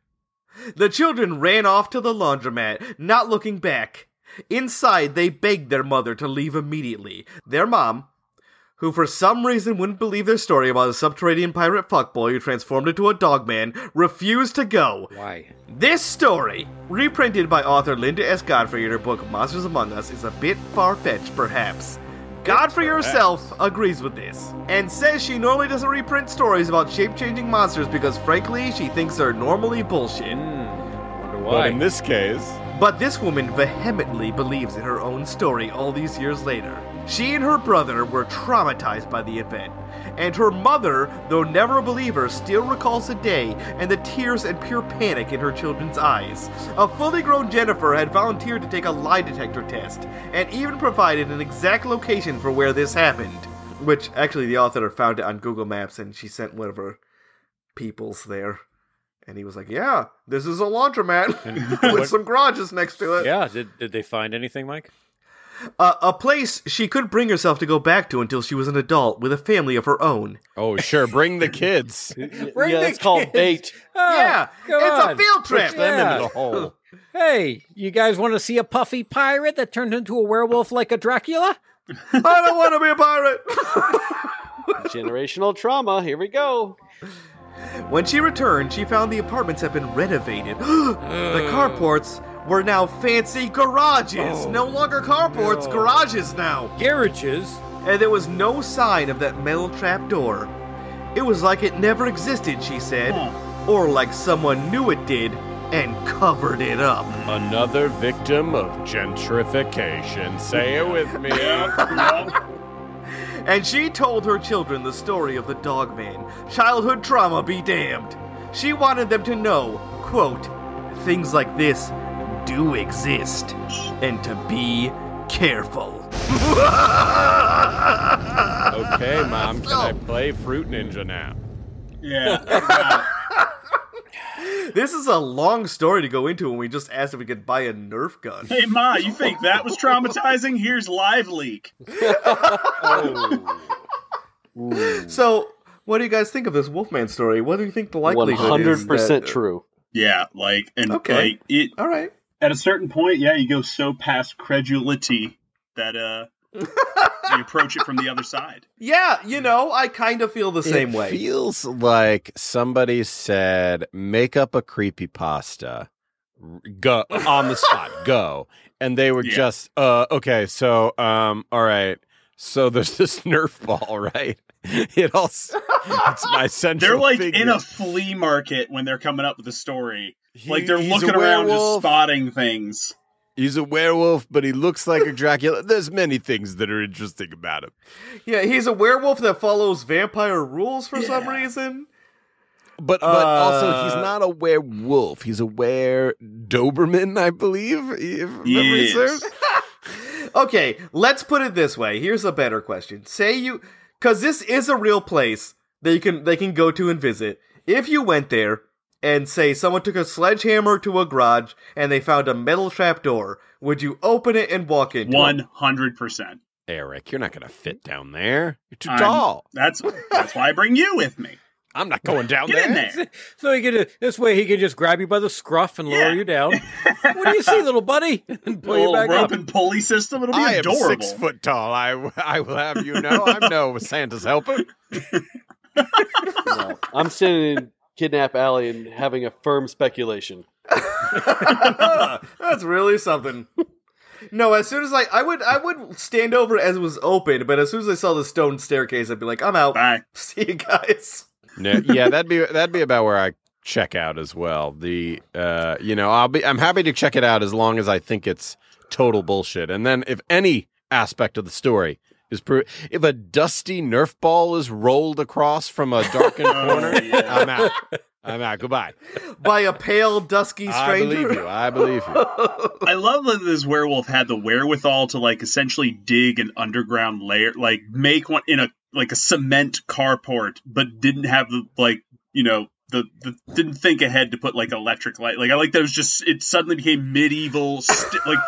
The children ran off to the laundromat, not looking back. Inside, they begged their mother to leave immediately. Their mom, who for some reason wouldn't believe their story about a subterranean pirate fuckboy who transformed into a dogman, refused to go.
Why?
This story, reprinted by author Linda S. Godfrey in her book Monsters Among Us, is a bit far fetched, perhaps. Godfrey herself agrees with this and says she normally doesn't reprint stories about shape changing monsters because, frankly, she thinks they're normally bullshit.
But in this case,
But this woman vehemently believes in her own story all these years later. She and her brother were traumatized by the event, and her mother, though never a believer, still recalls the day and the tears and pure panic in her children's eyes. A fully grown Jennifer had volunteered to take a lie detector test and even provided an exact location for where this happened. Which actually, the author found it on Google Maps and she sent one of her peoples there. And he was like, Yeah, this is a laundromat with some garages next to it.
Yeah. Did, did they find anything, Mike?
Uh, a place she couldn't bring herself to go back to until she was an adult with a family of her own.
Oh, sure. Bring the kids.
Bring
yeah,
the
it's called
kids.
bait.
Oh,
yeah, it's a field trip.
Oh,
hole.
Hey, you guys want to see a puffy pirate that turned into a werewolf like a Dracula?
I don't want to be a pirate.
Generational trauma. Here we go.
When she returned, she found the apartments had been renovated. the carports were now fancy garages. no longer carports, garages now.
Garages?
And there was no sign of that metal trap door. It was like it never existed, she said. Or like someone knew it did and covered it up.
Another victim of gentrification. Say it with me.
And she told her children the story of the dogman. Childhood trauma be damned. She wanted them to know, quote, things like this do exist, and to be careful.
okay, mom, can I play Fruit Ninja now?
Yeah.
This is a long story to go into when we just asked if we could buy a Nerf gun.
Hey Ma, you think that was traumatizing? Here's live leak.
So, what do you guys think of this Wolfman story? What do you think the likelihood is?
100%
that-
true.
Yeah, like and
Okay.
like it
All right.
At a certain point, yeah, you go so past credulity that uh you approach it from the other side.
Yeah, you know, I kind of feel the same
it
way.
Feels like somebody said, "Make up a creepy pasta." Go on the spot. Go, and they were
Yeah.
just uh, okay. So, um, all right. So there's this Nerf ball, right? It all. s- It's my central.
They're like
figure.
in a flea market when they're coming up with a story. like they're
he's a
looking around, just
werewolf.
spotting things.
He's a werewolf, but he looks like a Dracula. There's many things that are interesting about him.
Yeah, he's a werewolf that follows vampire rules for some reason.
But but also he's
Uh,
not a werewolf. He's a were Doberman, I believe. If memory
Yes.
serves.
Okay, let's put it this way. Here's a better question. Say you cuz this is a real place that you can they can go to and visit. If you went there and say someone took a sledgehammer to a garage and they found a metal trap door, would you open it and walk in?
One hundred percent.
Eric, you're not gonna fit down there. You're too
I'm-
tall.
That's that's why I bring you with me.
I'm not going down
Get in
there.
there.
So he could uh, this way he could just grab you by the scruff and lower you down. what do you see, little buddy? And pull you
Little
back
rope
up.
and pulley system. It'll be
I
adorable.
am six foot tall. I, I will have you know I'm no Santa's helper.
I'm standing in Kidnap Alley and having a firm speculation.
That's really something. No, as soon as I I would I would stand over as it was open, but as soon as I saw the stone staircase, I'd be like, I'm out.
Bye.
See you guys.
No, yeah, that'd be that'd be about where I check out as well. The uh, you know, I'll be I'm happy to check it out as long as I think it's total bullshit. And then if any aspect of the story is pro- if a dusty Nerf ball is rolled across from a darkened corner, I'm out. I'm out. Goodbye.
By a pale, dusky
I
stranger.
believe you. I believe you.
I love that this werewolf had the wherewithal to like essentially dig an underground layer, like make one in a like a cement carport, but didn't have the like you know the, the didn't think ahead to put like electric light. Like I like that it was just it suddenly became medieval st- like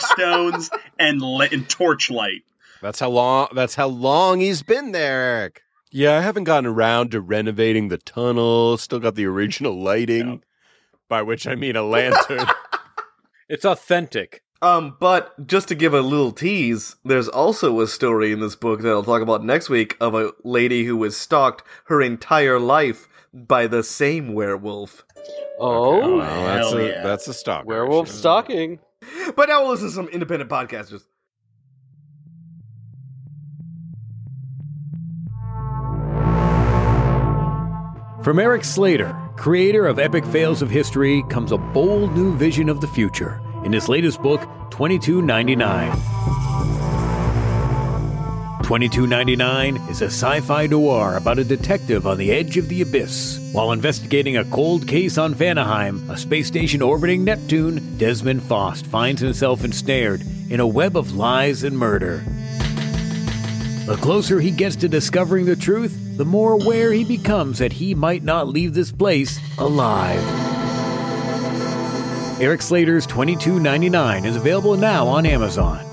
flagstones and le- and torchlight.
That's how long. That's how long he's been there, Eric. Yeah, I haven't gotten around to renovating the tunnel. Still got the original lighting, by which I mean a lantern.
it's authentic.
Um, but just to give a little tease, there's also a story in this book that I'll talk about next week of a lady who was stalked her entire life by the same werewolf.
Oh,
well, that's a that's a stock.
werewolf stalking.
But now we'll listen to some independent podcasters.
From Eric Slater, creator of Epic Fails of History, comes a bold new vision of the future in his latest book, 2299. 2299 is a sci fi noir about a detective on the edge of the abyss. While investigating a cold case on Vanaheim, a space station orbiting Neptune, Desmond Faust finds himself ensnared in a web of lies and murder. The closer he gets to discovering the truth, the more aware he becomes that he might not leave this place alive. Eric Slater's 22.99 is available now on Amazon.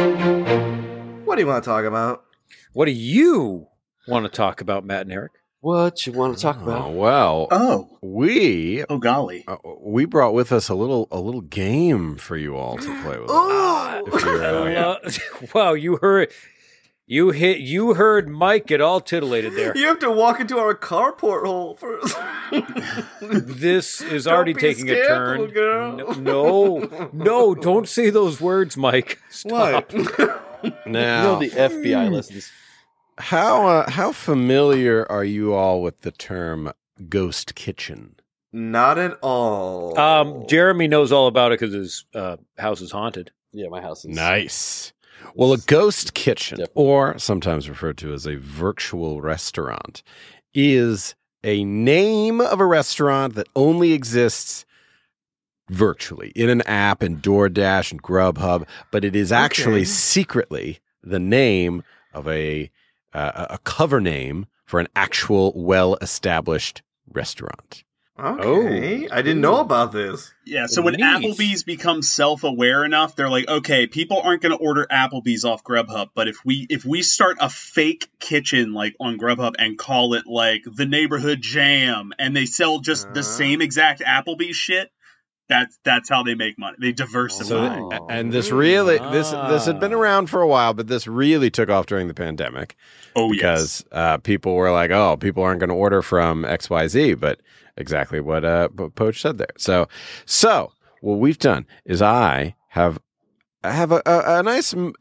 What do you want to talk about?
What do you want to talk about, Matt and Eric?
What you want to talk
Oh, well.
Oh.
We
Oh golly.
uh, we brought with us a little a little game for you all to play with.
Oh.
If you're,
Oh,
uh,
wow, you heard you hit you heard Mike get all titillated there.
You have to walk into our carport hole first.
This is
Don't
already
be
taking a
scared,
turn.
little girl.
No, no, no, don't say those words, Mike. Stop.
Now,
You know the
Hmm.
FBI listens.
How uh, how familiar are you all with the term ghost kitchen?
Not at all.
Oh.
Um, Jeremy knows all about it because his uh, house is haunted.
Yeah, my house is.
Nice. Well, a ghost kitchen, or sometimes referred to as a virtual restaurant, is a name of a restaurant that only exists virtually in an app and DoorDash and Grubhub, but it is actually
Okay.
secretly the name of a uh, a cover name for an actual well-established restaurant.
Okay.
Oh.
I didn't know about this.
Yeah, so when Applebee's becomes self-aware enough, they're like, okay, people aren't going to order Applebee's off Grubhub, but if we if we start a fake kitchen like on Grubhub and call it like the neighborhood jam, and they sell just the same exact Applebee's shit, that's that's how they make money. They diversify.
So, a- and this really this this had been around for a while, but this really took off during the pandemic.
Oh,
because uh, people were like, "Oh, people aren't going to order from X Y Z," but exactly what uh, Po- Poach said there. So, so what we've done is I have I have a, a, a nice m-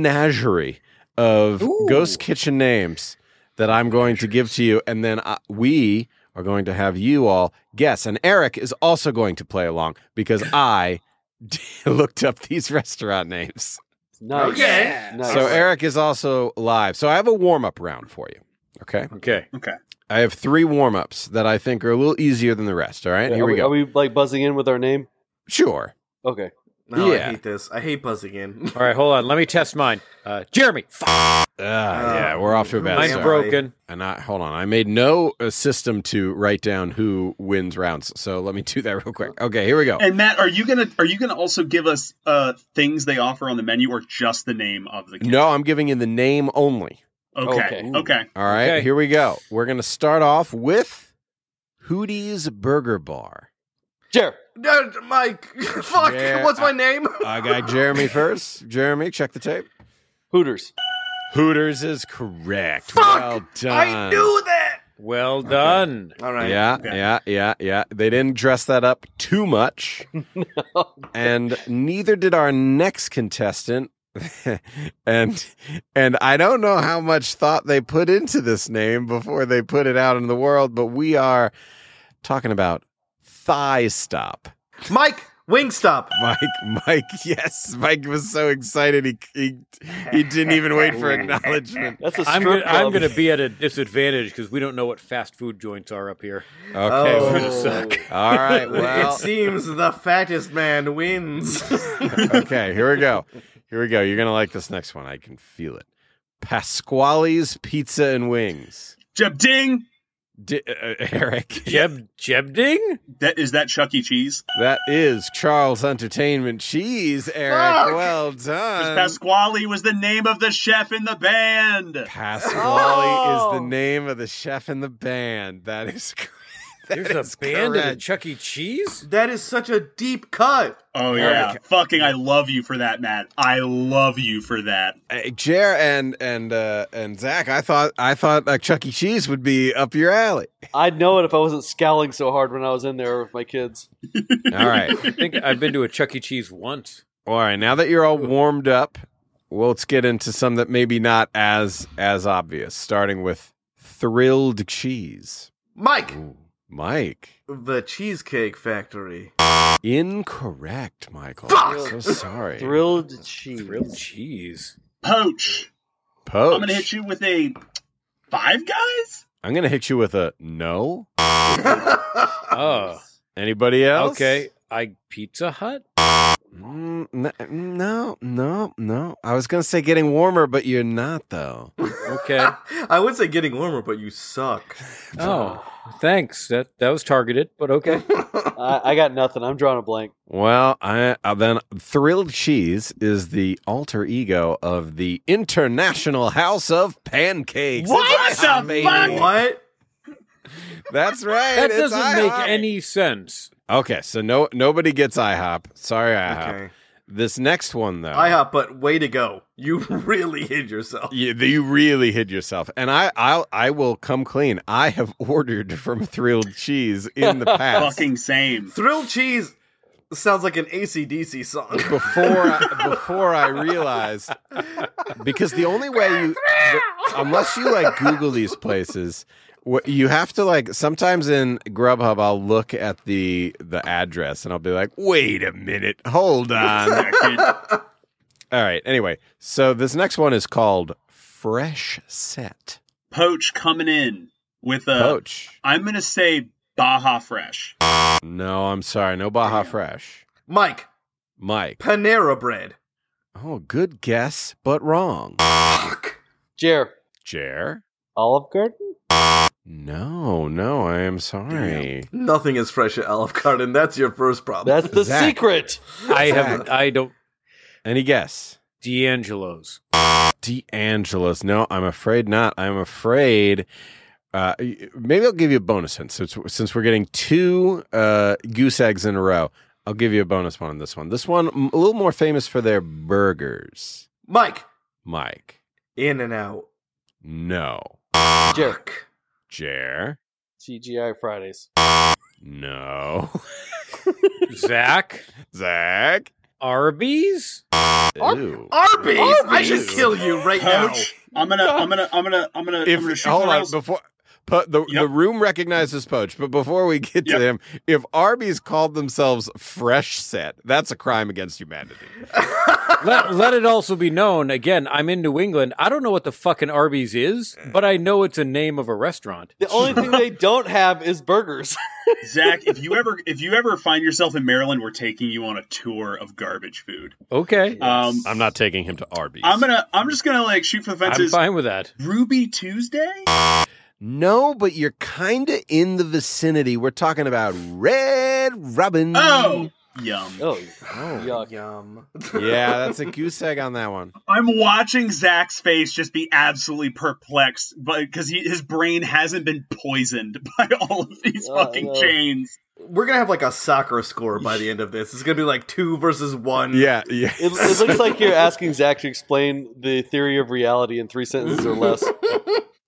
menagerie of ghost kitchen names that I'm going to give to you, and then I, we are going to have you all guess. And Eric is also going to play along because I looked up these restaurant names.
Nice.
Okay.
Nice.
So Eric is also live. So I have a warm up round for you. Okay.
Okay.
Okay.
I have three warm ups that I think are a little easier than the rest. All right.
Yeah,
Here
are
we, go.
Are we like buzzing in with our name?
Sure.
Okay.
No,
Yeah.
I hate this. I hate buzzing in.
All right, hold on. Let me test mine. Uh, Jeremy. F-
Ah, yeah, we're off to a bad
I'm
start.
broken.
And I hold on, I made no uh, system to write down who wins rounds. So let me do that real quick. Okay, here we go.
And Matt, are you gonna are you gonna also give us uh things they offer on the menu or just the name of the?
No, I'm giving you the name only.
Okay, okay.
All right,
Okay.
here we go. We're going to start off with Hootie's Burger Bar.
Jer.
No, Mike. Fuck.
Yeah, Uh,
what's my name?
I got Jeremy first. Jeremy, check the tape.
Hooters.
Hooters is correct. Well done.
I knew that.
Well done.
All right.
Yeah, yeah, yeah, yeah. They didn't dress that up too much. And neither did our next contestant. and and I don't know how much thought they put into this name before they put it out in the world, but we are talking about Thigh Stop.
Mike Wingstop.
Mike Mike yes, Mike was so excited he he, he didn't even wait for acknowledgement.
I'm gonna, I'm gonna be at a disadvantage because we don't know what fast food joints are up here.
Okay.
It's gonna suck.
Oh. All right. Well,
Oh. it seems the fattest man wins.
okay, here we go. Here we go. You're gonna like this next one. I can feel it. Pasquale's Pizza and Wings.
Jeb Ding.
D- uh, Eric.
Jeb Jeb Ding.
That is that Chuck E. Cheese.
That is Charles Entertainment Cheese, Eric.
Fuck!
Well
Um,
done.
Pasquale was the name of the chef in the band.
Pasquale is
Oh.
the name of the chef in the band. That is correct.
There's a band at a Chuck E. Cheese.
That is such a deep cut.
Oh yeah,
Eric.
fucking I love you for that, Matt. I love you for that.
Hey, Uh, Jer and and uh, and Zach, I thought I thought uh, Chuck E. Cheese would be up your alley.
I'd know it if I wasn't scowling so hard when I was in there with my kids.
All right.
I think I've been to a Chuck E. Cheese once.
All right, now that you're all warmed up, well, let's get into some that maybe not as as obvious. Starting with thrilled cheese,
Mike.
Mike.
The Cheesecake Factory.
Incorrect, Michael.
Fuck!
I'm so sorry.
Thrilled cheese.
Thrilled cheese.
Poach.
Poach.
I'm gonna hit you with a five guys.
I'm gonna hit you with a no.
Oh.
Anybody else?
Okay. I Pizza Hut.
Mm, n- no, no, no. I was gonna say getting warmer, but you're not though.
Okay.
I would say getting warmer, but you suck.
Oh, thanks. That that was targeted, but okay.
I, I got nothing. I'm drawing a blank.
Well, I uh, then thrilled cheese is the alter ego of the International House of Pancakes.
What
It's
the
IHOP, baby.
fuck?
What?
That's right.
That
it's
doesn't make
IHOP.
any sense.
Okay, so no nobody gets IHOP. Sorry, IHOP.
Okay.
This next one though,
IHOP, but way to go. You really hid yourself.
you, you really hid yourself. And I I'll, I will come clean. I have ordered from Thrilled Cheese in the past.
Fucking same.
Thrilled Cheese sounds like an ACDC song.
before I, before I realized because the only way you the- unless you like Google these places what you have to like sometimes in Grubhub I'll look at the the address and I'll be like wait a minute hold on all right anyway so this next one is called fresh set
Poach coming in with a.
Poach.
I'm gonna say Baja Fresh.
no I'm sorry no Baja Fresh
Mike,
Mike
Panera Bread.
oh good guess but wrong
Jer.
Jer
Olive Garden?
No, no, I am sorry.
Nothing is fresh at Olive Garden. That's your first problem.
That's the
Zach.
secret.
I have. I don't.
Any guess?
D'Angelo's.
D'Angelo's. No, I'm afraid not. I'm afraid. Uh, maybe I'll give you a bonus hint since since we're getting two uh, goose eggs in a row. I'll give you a bonus one on this one. This one m- a little more famous for their burgers.
Mike.
Mike.
In and out.
No.
Jerk.
Jer.
TGI Fridays.
No.
Zach.
Zach.
Arby's.
Ew.
Arby's. I should kill you right now.
I'm gonna, I'm gonna, I'm gonna, I'm gonna. I'm gonna
if
shoot
hold
the
on
rails.
before po- the the room recognizes Poach, but before we get to him, if Arby's called themselves Fresh Set, that's a crime against humanity.
let, let it also be known again, I'm in New England. I don't know what the fucking Arby's is, but I know it's a name of a restaurant.
The only thing they don't have is burgers.
Zach, if you ever, if you ever find yourself in Maryland, we're taking you on a tour of garbage food.
Okay.
Um,
I'm not taking him to Arby's.
I'm gonna, I'm just gonna like shoot for the
I'm
fences.
fine with that.
Ruby Tuesday.
No, but you're kind of in the vicinity. We're talking about Red Robin.
Oh, yum.
Oh, yuck.
Yum.
yeah, that's a goose egg on that one.
I'm watching Zach's face just be absolutely perplexed, but because his brain hasn't been poisoned by all of these
Oh,
fucking
no.
chains.
We're gonna have like a soccer score by the end of this. It's gonna be like two versus one.
Yeah, yeah.
It, it looks like you're asking Zach to explain the theory of reality in three sentences or less.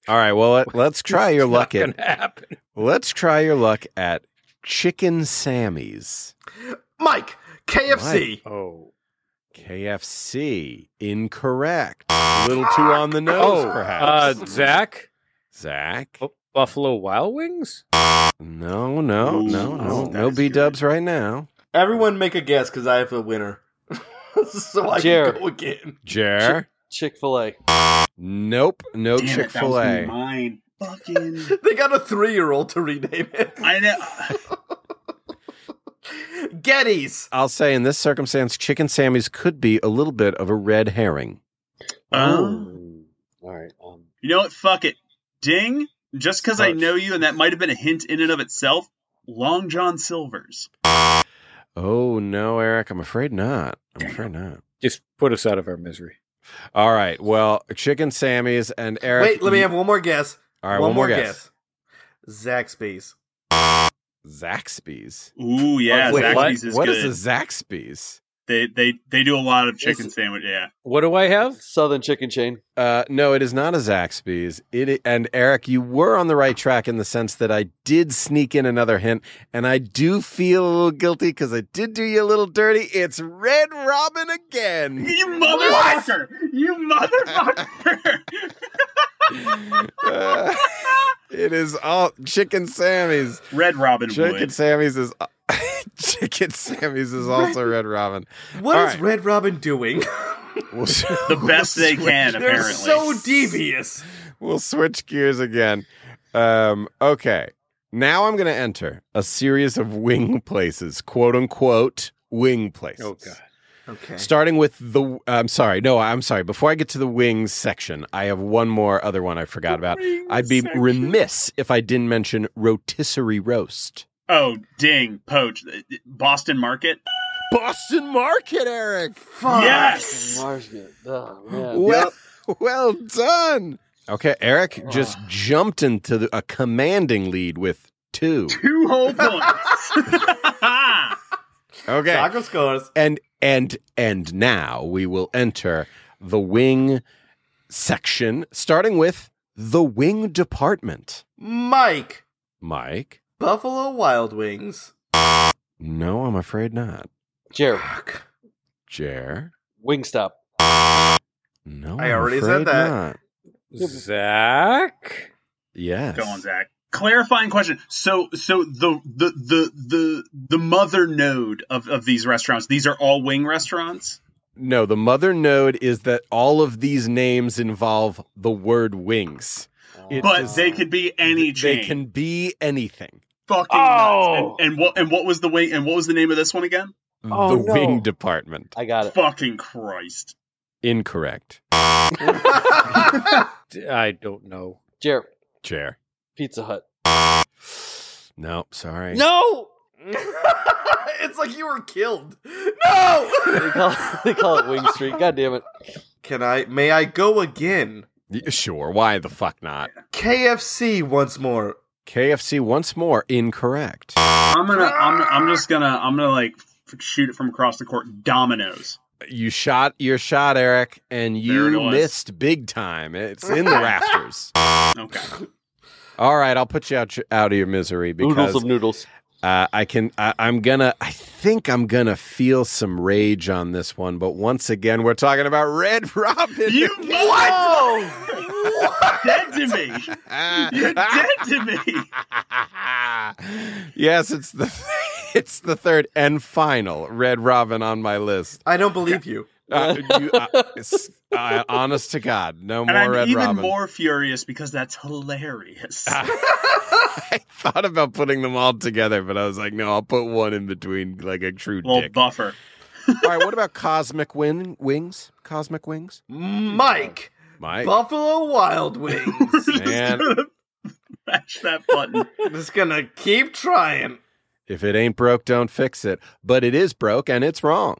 All right, well let, let's try your luck at
happen.
let's try your luck at Chicken Sammy's.
Mike. KFC.
Oh.
KFC. Incorrect. A little too on the nose,
Oh,
perhaps.
Uh, Zach.
Zach.
Buffalo Wild Wings.
No, no, no, no, no B dubs right now.
Everyone make a guess because I have a winner. so I
Jared.
can go again.
Jer.
Chick fil A.
Nope. No
Damn
Chick
it, that
fil
was gonna be
A.
mine. Fucking.
They got a three year old to rename it.
I know.
Getty's.
I'll say in this circumstance, Chicken Sammy's could be a little bit of a red herring.
Um,
All right. Um,
you know what? Fuck it. Ding. Just because I know you, and that might have been a hint in and of itself. Long John Silver's.
Oh, no, Eric. I'm afraid not. I'm afraid not.
Just put us out of our misery.
All right. Well, Chicken Sammy's and Eric.
Wait, let me
you-
have one more guess.
All right, one, more guess.
guess. Zaxby's.
Zaxby's.
Ooh yeah,
Wait, what?
Zaxby's is
What
good.
is a Zaxby's?
They they they do a lot of chicken sandwich. Yeah.
What do I have?
Southern Chicken Chain.
Uh, no, it is not a Zaxby's. It i- and Eric, you were on the right track in the sense that I did sneak in another hint, and I do feel a little guilty because I did do you a little dirty. It's Red Robin again.
You motherfucker! You motherfucker!
Uh, it is all Chicken Sammy's.
Red Robin
Chicken
Wood.
Sammy's is Chicken Sammy's is also Red Robin.
What
All
is
right.
Red Robin doing?
We'll, s-
The best they can,
They're
apparently.
so devious.
we'll switch gears again. Um, okay. Now I'm going to enter a series of wing places, quote unquote wing places.
Oh god.
Okay.
Starting with the, I'm sorry, no, I'm sorry. Before I get to the wings section, I have one more other one I forgot about. I'd be remiss if I didn't mention rotisserie roast.
Oh, ding, poach. uh, Boston Market.
Boston Market, Eric.
Fuck.
Yes!
Margit. Oh, man.
Well, well done. Okay, Eric just jumped into the, a commanding lead with two.
Two whole points.
Okay.
Soccer scores.
and and and now we will enter the wing section starting with the wing department
Mike.
mike
Buffalo Wild Wings.
no i'm afraid not
Jared.
Fuck.
jer
Wingstop.
no
I
I'm
already said
afraid
that.
not.
Zach.
yes
Go on, Zach. Clarifying question. So, so the the the the the mother node of of these restaurants. These are all wing restaurants.
no the mother node is that all of these names involve the word wings
Oh.
It
but
does-
they could be any chain.
they can be anything
fucking nuts.
Oh!
And, and what and what was the wing and what was the name of this one again?
Oh,
the
no.
wing department
I got it.
Fucking Christ.
incorrect
D- I don't know.
Jared.
jer
Pizza Hut.
No, sorry.
No!
it's like you were killed. No!
they, call, they call it Wing Street. God damn it.
Can I? May I go again?
Y- Sure. Why the fuck not?
KFC once more.
KFC once more incorrect.
I'm gonna. I'm, I'm just gonna. I'm gonna like f- shoot it from across the court. Dominoes.
You shot your shot, Eric, and
There it
you
was.
missed big time. It's in the rafters.
Okay.
All right, I'll put you out out of your misery because
Noodles of noodles.
Uh, I can. I, I'm gonna. I think I'm gonna feel some rage on this one. But once again, we're talking about Red Robin.
You
what?
Dead to me. You're dead to me.
yes, it's the it's the third and final Red Robin on my list.
I don't believe you.
Uh, you uh, s- uh, honest to God, no
and
more
I'm
Red
even
Robin. Ah,
more furious because that's hilarious.
Thought about putting them all together, but I was like, no, I'll put one in between, like a true
Little
dick.
buffer.
all right, what about Cosmic win- Wings? Cosmic Wings,
Mike,
Mike.
Buffalo Wild Wings.
Man,
Smash that button.
Just gonna keep trying.
if it ain't broke, don't fix it. But it is broke, and it's wrong.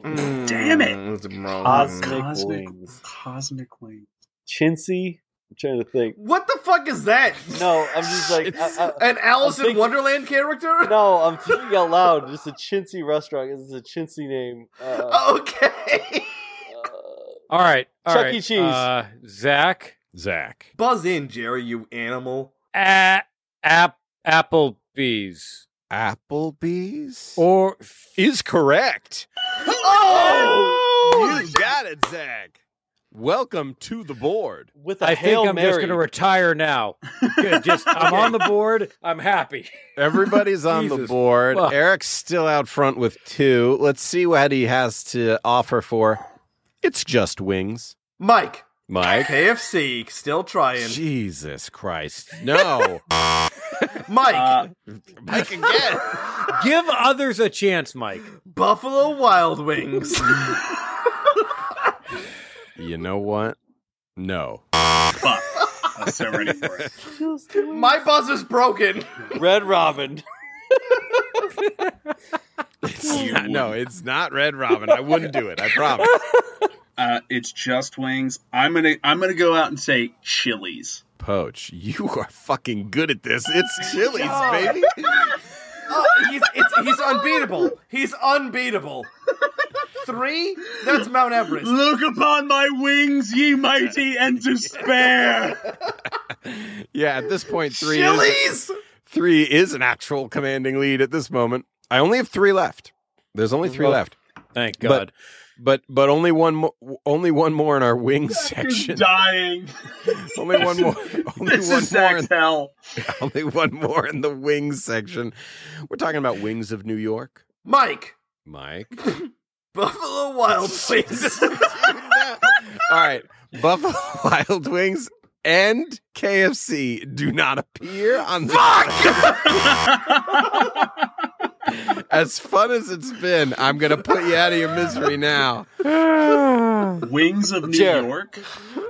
Damn it.
Mm,
Cosmic,
Cosmic-
Wings.
Cosmic wing.
Chintzy? I'm trying to think.
What the fuck is that?
No, I'm just like. I, I,
An Alice
I'm
in
thinking-
Wonderland character?
no, I'm thinking out loud. Just a chintzy restaurant. This is a chintzy name. Uh,
Okay.
Oh
All right. all
Chuck
right,
E. Cheese.
Uh, Zach.
Zach.
Buzz in, Jerry, you animal.
A- app. Applebee's.
Applebee's
Or
is correct.
Oh!
You got it, Zach. Welcome to the board.
with a
I
Hail
think I'm
Mary.
just going to retire now. Good, just I'm on the board. I'm happy.
Everybody's on the
Jesus
board.
fuck.
Eric's still out front with two. Let's see what he has to offer for. It's just wings,
Mike,
Mike.
KFC, still trying.
Jesus Christ. No.
Mike,
Uh,
Mike again.
Give others a chance, Mike.
Buffalo Wild Wings.
You know what? No.
Fuck. I'm so ready for it.
My buzz is broken.
Red Robin.
It's not, no, it's not Red Robin. I wouldn't do it. I promise.
Uh, it's just wings. I'm gonna I'm gonna go out and say chilies.
Poach, you are fucking good at this. It's Chili's,
God.
baby.
Oh, he's, it's, he's unbeatable. He's unbeatable. Three? That's Mount Everest.
Look upon my wings, ye mighty, and despair.
Yeah, at this point, three is,
Chili's?
three is an actual commanding lead at this moment. I only have three left. There's only three
Oh,
left,
Thank
But-
God.
but but only one mo- only one more in our wings
Just
section.
dying.
Only one more. Only
This
one
is
more. In,
Zach's hell.
only one more in the wings section. We're talking about wings of New York,
Mike,
Mike.
Buffalo Wild Wings.
All right, Buffalo Wild Wings and KFC do not appear on the As fun as it's been, I'm gonna put you out of your misery now.
Wings of New
Jared.
York.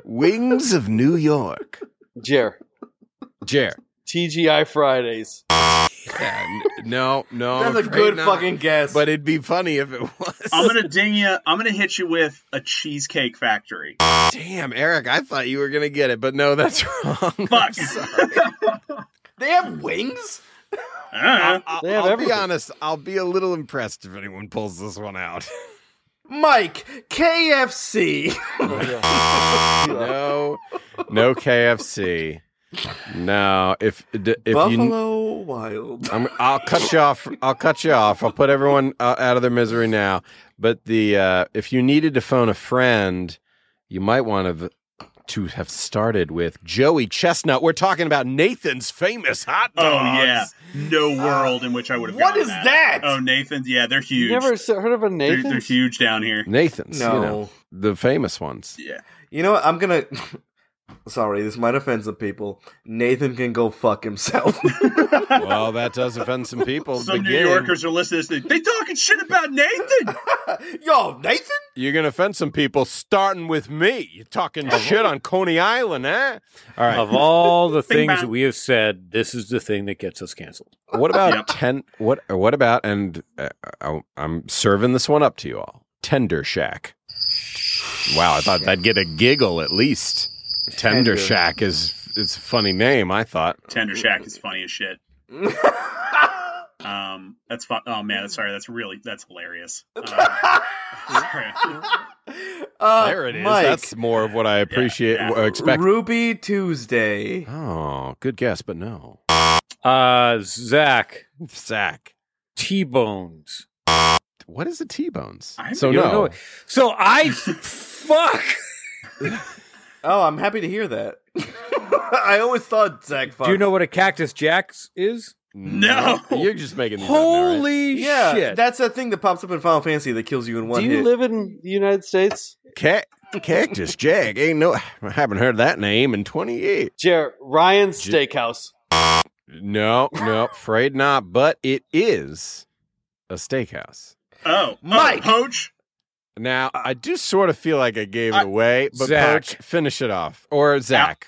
Wings of New York,
Jer.
Jer.
TGI Fridays.
Yeah, n- no, no, I'm
That's a
afraid
good
not.
fucking guess.
But it'd be funny if it was.
I'm gonna ding you. I'm gonna hit you with a cheesecake factory.
Damn, Eric, I thought you were gonna get it, but no, that's wrong. I'm
Fuck.
sorry.
they have wings?
Uh,
I'll,
They have
I'll be
everything.
honest. I'll be a little impressed if anyone pulls this one out.
Mike, KFC.
Oh,
no, no KFC. No, if d- if you.
Buffalo Wild.
I'm, I'll cut you off. I'll cut you off. I'll put everyone uh, out of their misery now. But the uh, if you needed to phone a friend, you might want to v- to have started with Joey Chestnut. We're talking about Nathan's famous hot
oh
dogs.
yeah, no world in which I would have.
What is
that?
that?
Oh Nathan's. Yeah, they're huge.
You never s- heard of a
they're,
Nathan?
they're huge down here.
Nathan's.
no.
You know, the famous ones.
Yeah.
You know what? I'm gonna. sorry, this might offend some people. Nathan can go fuck himself.
well, that does offend some people. at the
Some New
beginning.
Yorkers are listening to this. They talking shit about Nathan.
Yo, Nathan.
You're gonna offend some people, starting with me. You're talking
Oh.
shit on Coney Island, eh? All right.
Of all the things we have said, this is the thing that gets us canceled.
What about ten? What? or What about? And uh, I, I'm serving this one up to you all. Tender Shack. Wow, I thought that'd get a giggle at least. Tender
Tender.
Shack is it's a funny name. I thought.
Tender Shack is funny as shit. um, that's fun. Oh man, sorry. That's really that's hilarious. Um, sorry. Oh,
there it is.
Uh, Mike.
That's more of what I appreciate. uh, Expect.
Ruby Tuesday.
Oh, good guess, but no.
Uh, Zach.
Zach.
T Bones.
What is a T Bones?
So no. So I fuck.
Oh, I'm happy to hear that. I always thought Zach. Fox.
Do you know what a cactus jacks is?
No.
You're just making these
Holy
yeah,
shit.
Uh, That's that thing that pops up in Final Fantasy that kills you in one
Do you
hit.
live in the United States?
Cat, Cactus Jack. Ain't no. I haven't heard that name in 28.
Jared, Ryan's Steakhouse.
No, no, afraid not. But it is a steakhouse.
Oh, Mike, Poach.
Now, I do sort of feel like Uh, I gave it away, but
Zach.
Poach, finish it off. Or Zach.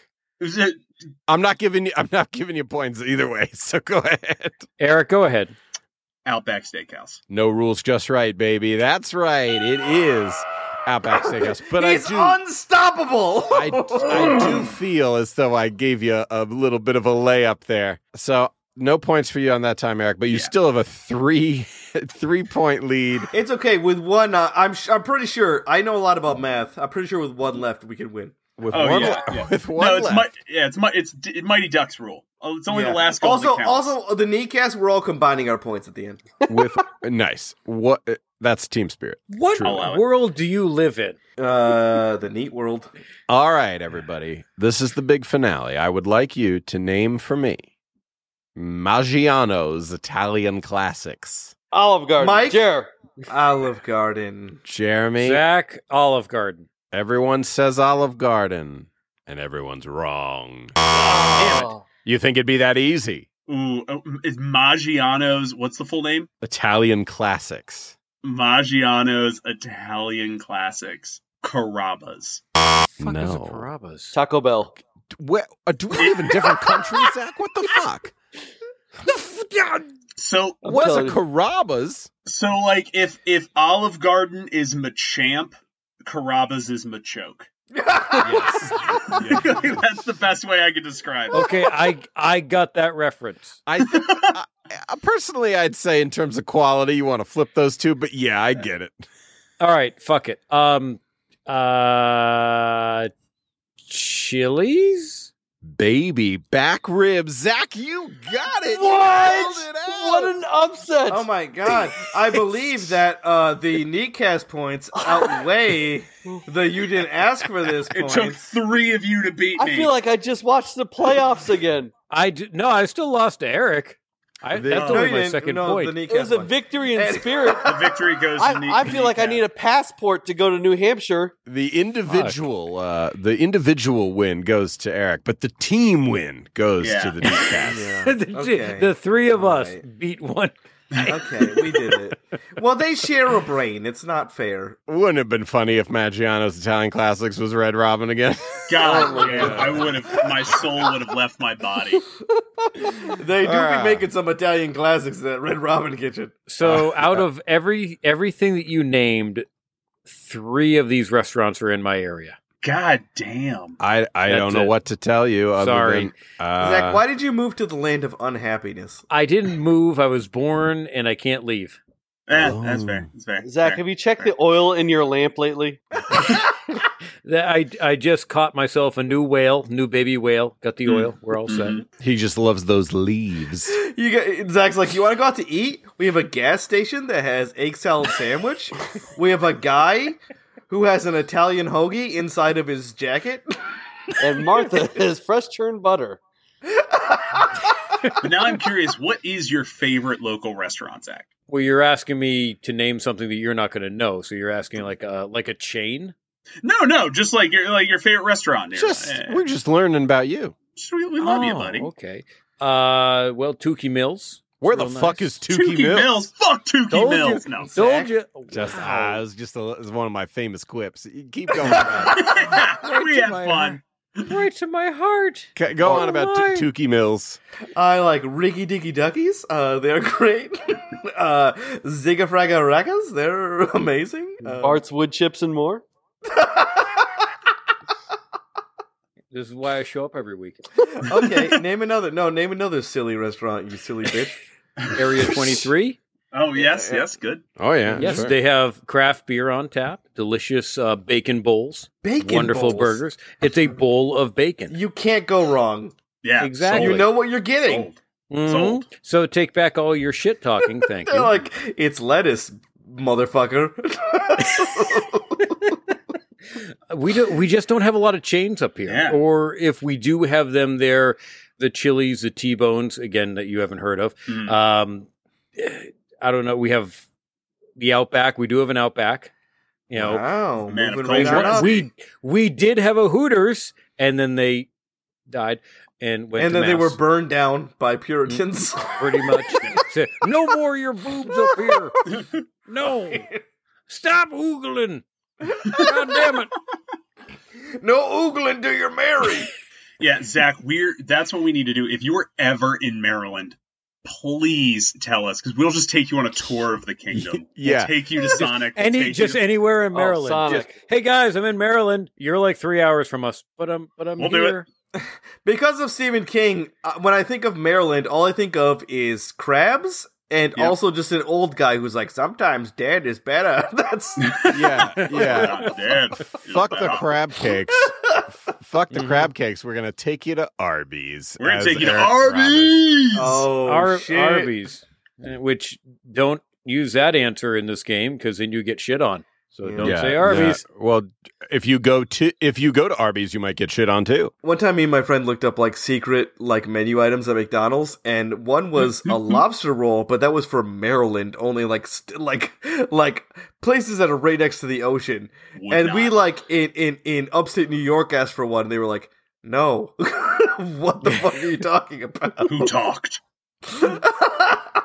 I'm not giving you I'm not giving you points either way, so go ahead.
Eric, go ahead.
Outback Steakhouse.
No rules just right, baby. That's right. It is Outback Steakhouse. But I
He's
do
unstoppable.
I, I do feel as though I gave you a little bit of a layup there. So no points for you on that time, Eric. But you still have a three three point lead.
It's okay with one. Uh, I'm sh- I'm pretty sure I know a lot about math. I'm pretty sure with one left we can win.
With
Oh
one
yeah,
le-
yeah.
with one
no, it's
left.
Mi- yeah, it's mi- it's D- Mighty Ducks rule. Oh, it's only
Yeah.
the last couple
Also,
that counts.
also the kneecaps. We're all combining our points at the end.
with nice. What uh, that's team spirit.
What
Truly.
world do you live in?
Uh, the neat world.
All right, everybody. This is the big finale. I would like you to name for me Maggiano's Italian classics.
Olive Garden.
Mike?
Jer.
Olive Garden.
Jeremy,
Zach, Olive Garden.
everyone says Olive Garden, and everyone's wrong. You think it'd be that easy?
Ooh, oh, is Maggiano's what's the full name?
Italian classics.
Maggiano's Italian classics. Carrabba's.
no.
Taco Bell.
Where, uh, do we live in different countries, Zach? What the fuck?
So
What is a Carrabba's?
So like if if Olive Garden is Machamp, Carrabba's is Machoke. Like, That's the best way I could describe
Oh
it.
Okay, I I got that reference.
I think, I, I- personally, I'd say in terms of quality, you want to flip those two, but yeah, I get it.
All right, fuck it. Um uh Chili's?
Baby back ribs, Zach, you got it. You
What?
held it out.
What an upset.
Oh my god! I believe that uh, the kneecast points outweigh the you didn't ask for this
It took
points.
three of you to beat me.
I feel like I just watched the playoffs again.
I d- no, I still lost to Eric. I,
The-
that's
No,
only
you
my
didn't.
second
No,
point.
the knee-
It was a victory in spirit.
the victory goes.
I,
to Nick-
I feel like I
Nick.
need a passport to go to New Hampshire.
The individual, uh, the individual win goes to Eric, but the team win goes
Yeah.
to the newscast.
the,
Okay.
the three of us
Alright.
beat one.
Okay, we did it. Well, they share a brain. It's not fair.
Wouldn't it have been funny if Maggiano's Italian Classics was Red Robin again?
God, yeah, I would have. My soul would have left my body.
They do
Ah.
be making some Italian classics in that Red Robin kitchen.
So out of every everything that you named, three of these restaurants are in my area.
God damn.
I, I
That's
don't know
it.
what to tell you. Other
Sorry.
than, uh,
Zach, why did you move to the land of unhappiness?
I didn't move. I was born, and I can't leave.
Eh, That's fair. That's fair.
Zach,
fair.
have you checked the oil in your lamp lately?
That I I just caught myself a new whale, new baby whale. Got the oil. We're all set.
He just loves those leaves.
You get, Zach's like, you want to go out to eat? We have a gas station that has egg salad sandwich. we have a guy who has an Italian hoagie inside of his jacket.
And Martha is fresh churned butter.
But now I'm curious. What is your favorite local restaurant, Zach?
Well, you're asking me to name something that you're not going to know. So you're asking like a like a chain.
No, no, just like your like your favorite restaurant. Nearby.
Just we're just learning about you.
we, we love you,
Oh,
buddy.
Okay. Uh, well, Tukey Mills.
Where the fuck is Tukey Tukey Mills? Mills?
Fuck Tukey
Told you-
Mills. No,
told you.
Just ah, it was just a, it was one of my famous quips. Keep going.
we had fun.
Right to my heart.
Ca- Go on about
Oh,
my.
t- Tukey Mills.
I like Riggy Diggy Duckies. Uh, they're great. uh, Zigga Fragga Raggas. They're amazing. Uh,
Bart's wood chips and more.
This is why I show up every week.
okay, name another. No, name another silly restaurant. You silly bitch.
Area 23.
Oh yes, yes, good.
Oh yeah.
yes,
sure.
they have craft beer on tap, delicious uh, bacon bowls,
Bacon
wonderful
bowls.
burgers. It's a bowl of bacon.
You can't go wrong.
Yeah,
exactly.
You know what you're getting.
Mhm. So take back all your shit talking. Thank
They're
you.
like, it's lettuce, motherfucker.
we do we just don't have a lot of chains up here.
Yeah.
Or if we do have them there, the chilies, the T bones, again that you haven't heard of.
Mm.
Um, I don't know. We have the Outback. We do have an Outback. You know,
wow,
Man of
moving right on
culture.
up.
we we did have a Hooters, and then they died and went.
and
to
then they were
mass, Mm-hmm.
burned down by Puritans.
pretty much. Said, no more your boobs up here. No, stop oogling. God damn it.
no oogling do your Mary.
Yeah, Zach, we're that's what we need to do. If you were ever in Maryland, please tell us because we'll just take you on a tour of the kingdom.
Yeah.
we'll take you to Sonic. we'll
Any
take
just
you-
anywhere in
Oh,
Maryland.
Sonic.
Just, hey guys, I'm in Maryland. You're like three hours from us, but I'm but I'm
We'll do it.
here.
Because of Stephen King, uh, when I think of Maryland, all I think of is crabs and
Yep.
also just an old guy who's like, sometimes dead is better. That's
Yeah, yeah.
I'm dead.
Fuck the crab cakes. F- Fuck the crab cakes. We're gonna take you to Arby's.
We're gonna
as
take you to
Eric
Arby's.
oh
Ar-
shit.
Arby's, eh, which don't use that answer in this game because then you get shit on. So
Yeah.
don't
Yeah,
say Arby's.
yeah. Well, if you go to if you go to Arby's, you might get shit on too.
One time, me and my friend looked up like secret like menu items at McDonald's, and one was a lobster roll, but that was for Maryland only, like st- like like places that are right next to the ocean.
Would
and we
not.
like in in in upstate New York asked for one, and they were like, "No, what the fuck are you talking about?"
who talked.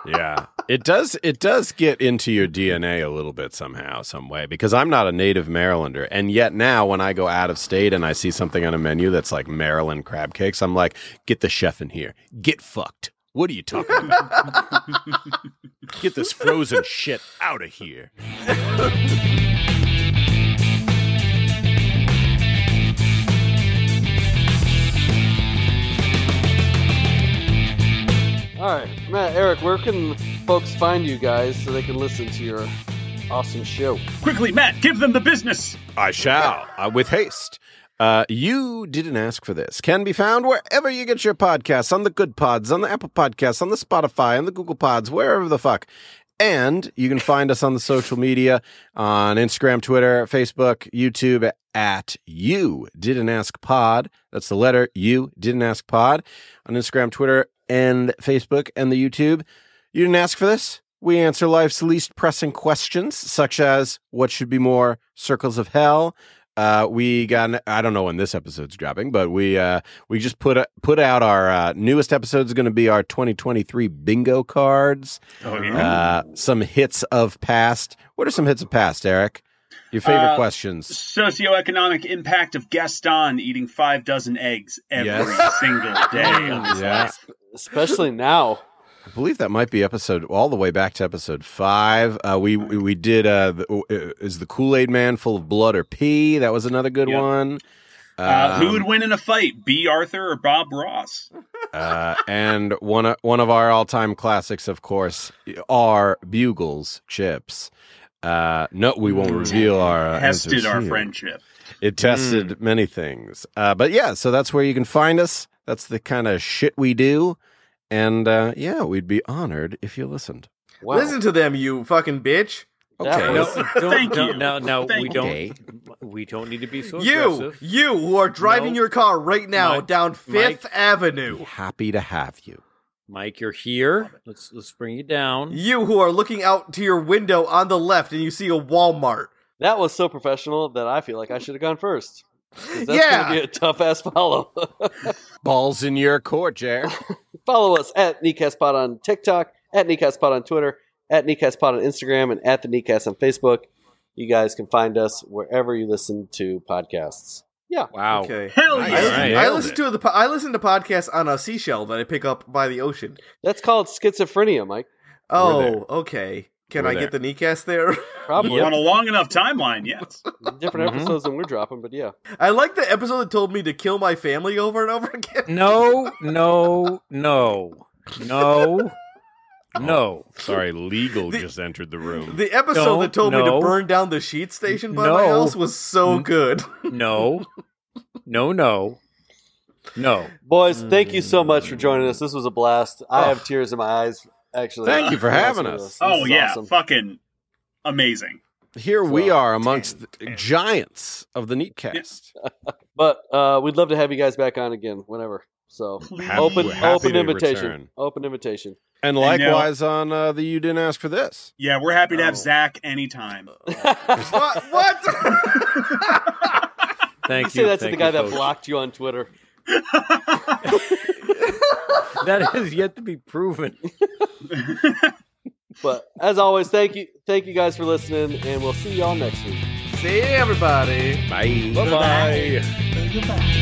Yeah. It does it does get into your DNA a little bit somehow, some way, because I'm not a native Marylander. And yet now when I go out of state and I see something on a menu that's like Maryland crab cakes, I'm like, get the chef in here. Get fucked. What are you talking about? get this frozen shit out of here.
All right, Matt, Eric, where can folks find you guys so they can listen to your awesome show?
Quickly, Matt, give them the business.
I shall, uh, with haste. Uh, you didn't ask for this. Can be found wherever you get your podcasts on the Good Pods, on the Apple Podcasts, on the Spotify, on the Google Pods, wherever the fuck. And you can find us on the social media on Instagram, Twitter, Facebook, YouTube at You Didn't Ask Pod. That's the letter You Didn't Ask Pod on Instagram, Twitter, and Facebook, and the YouTube. You didn't ask for this. We answer life's least pressing questions, such as what should be more circles of hell. Uh, we got an, I don't know when this episode's dropping, but we uh, we just put a, put out our uh, newest episode is going to be our 2023 bingo cards.
Oh yeah.
Uh, some hits of past. What are some hits of past, Eric? Your favorite
Uh,
questions.
Socioeconomic impact of Gaston eating five dozen eggs every
Yes.
single day. of his
Yeah.
life.
Especially now.
I believe that might be episode all the way back to episode five. Uh, we we we did uh, the, is the Kool Aid Man full of blood or pee? That was another good
Yep.
one.
Uh, who
Um,
would win in a fight, B. Arthur or Bob Ross?
uh, and one of, one of our all time classics, of course, are Bugles chips. Uh, no, we won't reveal our uh,
Tested
answers
our
here.
friendship.
It tested many things, uh, but yeah, so that's where you can find us. That's the kind of shit we do, and uh, yeah, we'd be honored if you listened.
Wow.
Listen to them, you fucking bitch.
That
Okay.
No,
was-
don't,
Thank
don't,
you.
No, no, we
Thank
don't.
you.
We don't need to be so
You,
aggressive.
you who are driving
No.
your car right now
Mike,
down Fifth
Be
Avenue.
happy to have you.
Mike, you're here. Let's let's bring you down.
You who are looking out to your window on the left and you see a Walmart.
That was so professional that I feel like I should have gone first. 'Cause That's
Yeah.
gonna be a tough ass follow.
Balls in your court, Jer.
follow us at NeeCastPod on TikTok, at NeeCastPod on Twitter, at NeeCastPod on Instagram, and at the NeeCast on Facebook. You guys can find us wherever you listen to podcasts. Yeah.
Wow.
Okay.
Hell
I
yeah.
listen-
Alright.
I
Nailed
listen
it.
to the po- I listen to podcasts on a seashell that I pick up by the ocean.
That's called schizophrenia, Mike. We're
Oh,
there.
okay. Can
We're
I get the
there.
kneecast there?
Probably.
On a long enough timeline, yes.
Different
Mhm.
Mm-hmm.
episodes than we're dropping, but yeah.
I like the episode that told me to kill my family over and over again.
No, no, no, no, no.
Sorry, legal just entered the room.
The episode
Don't-
that told me to
no.
burn down the sheet station by
No. Mm.
my house was so
N-
good.
No, no, no, no.
Boys, thank you so much for joining us. This was a blast. I
Oh.
have tears in my eyes, actually.
Thank you for having us.
This
Oh
is
yeah,
awesome.
fucking amazing.
Here we are amongst the giants of the Neatcast.
But uh, we'd love to have you guys back on again whenever. So
Happy-
open
happy
open
to
invitation.
return.
Open invitation.
And likewise on uh, the You Didn't Ask for This.
Yeah, we're happy to have Zach anytime.
what? what?
Thank
say
you.
that to
thank
the guy
you,
that
folks.
blocked you on Twitter.
That is yet to be proven.
But as always, thank you, thank you guys for listening, and we'll see y'all next week.
See everybody.
Bye.
Bye bye.
Goodbye.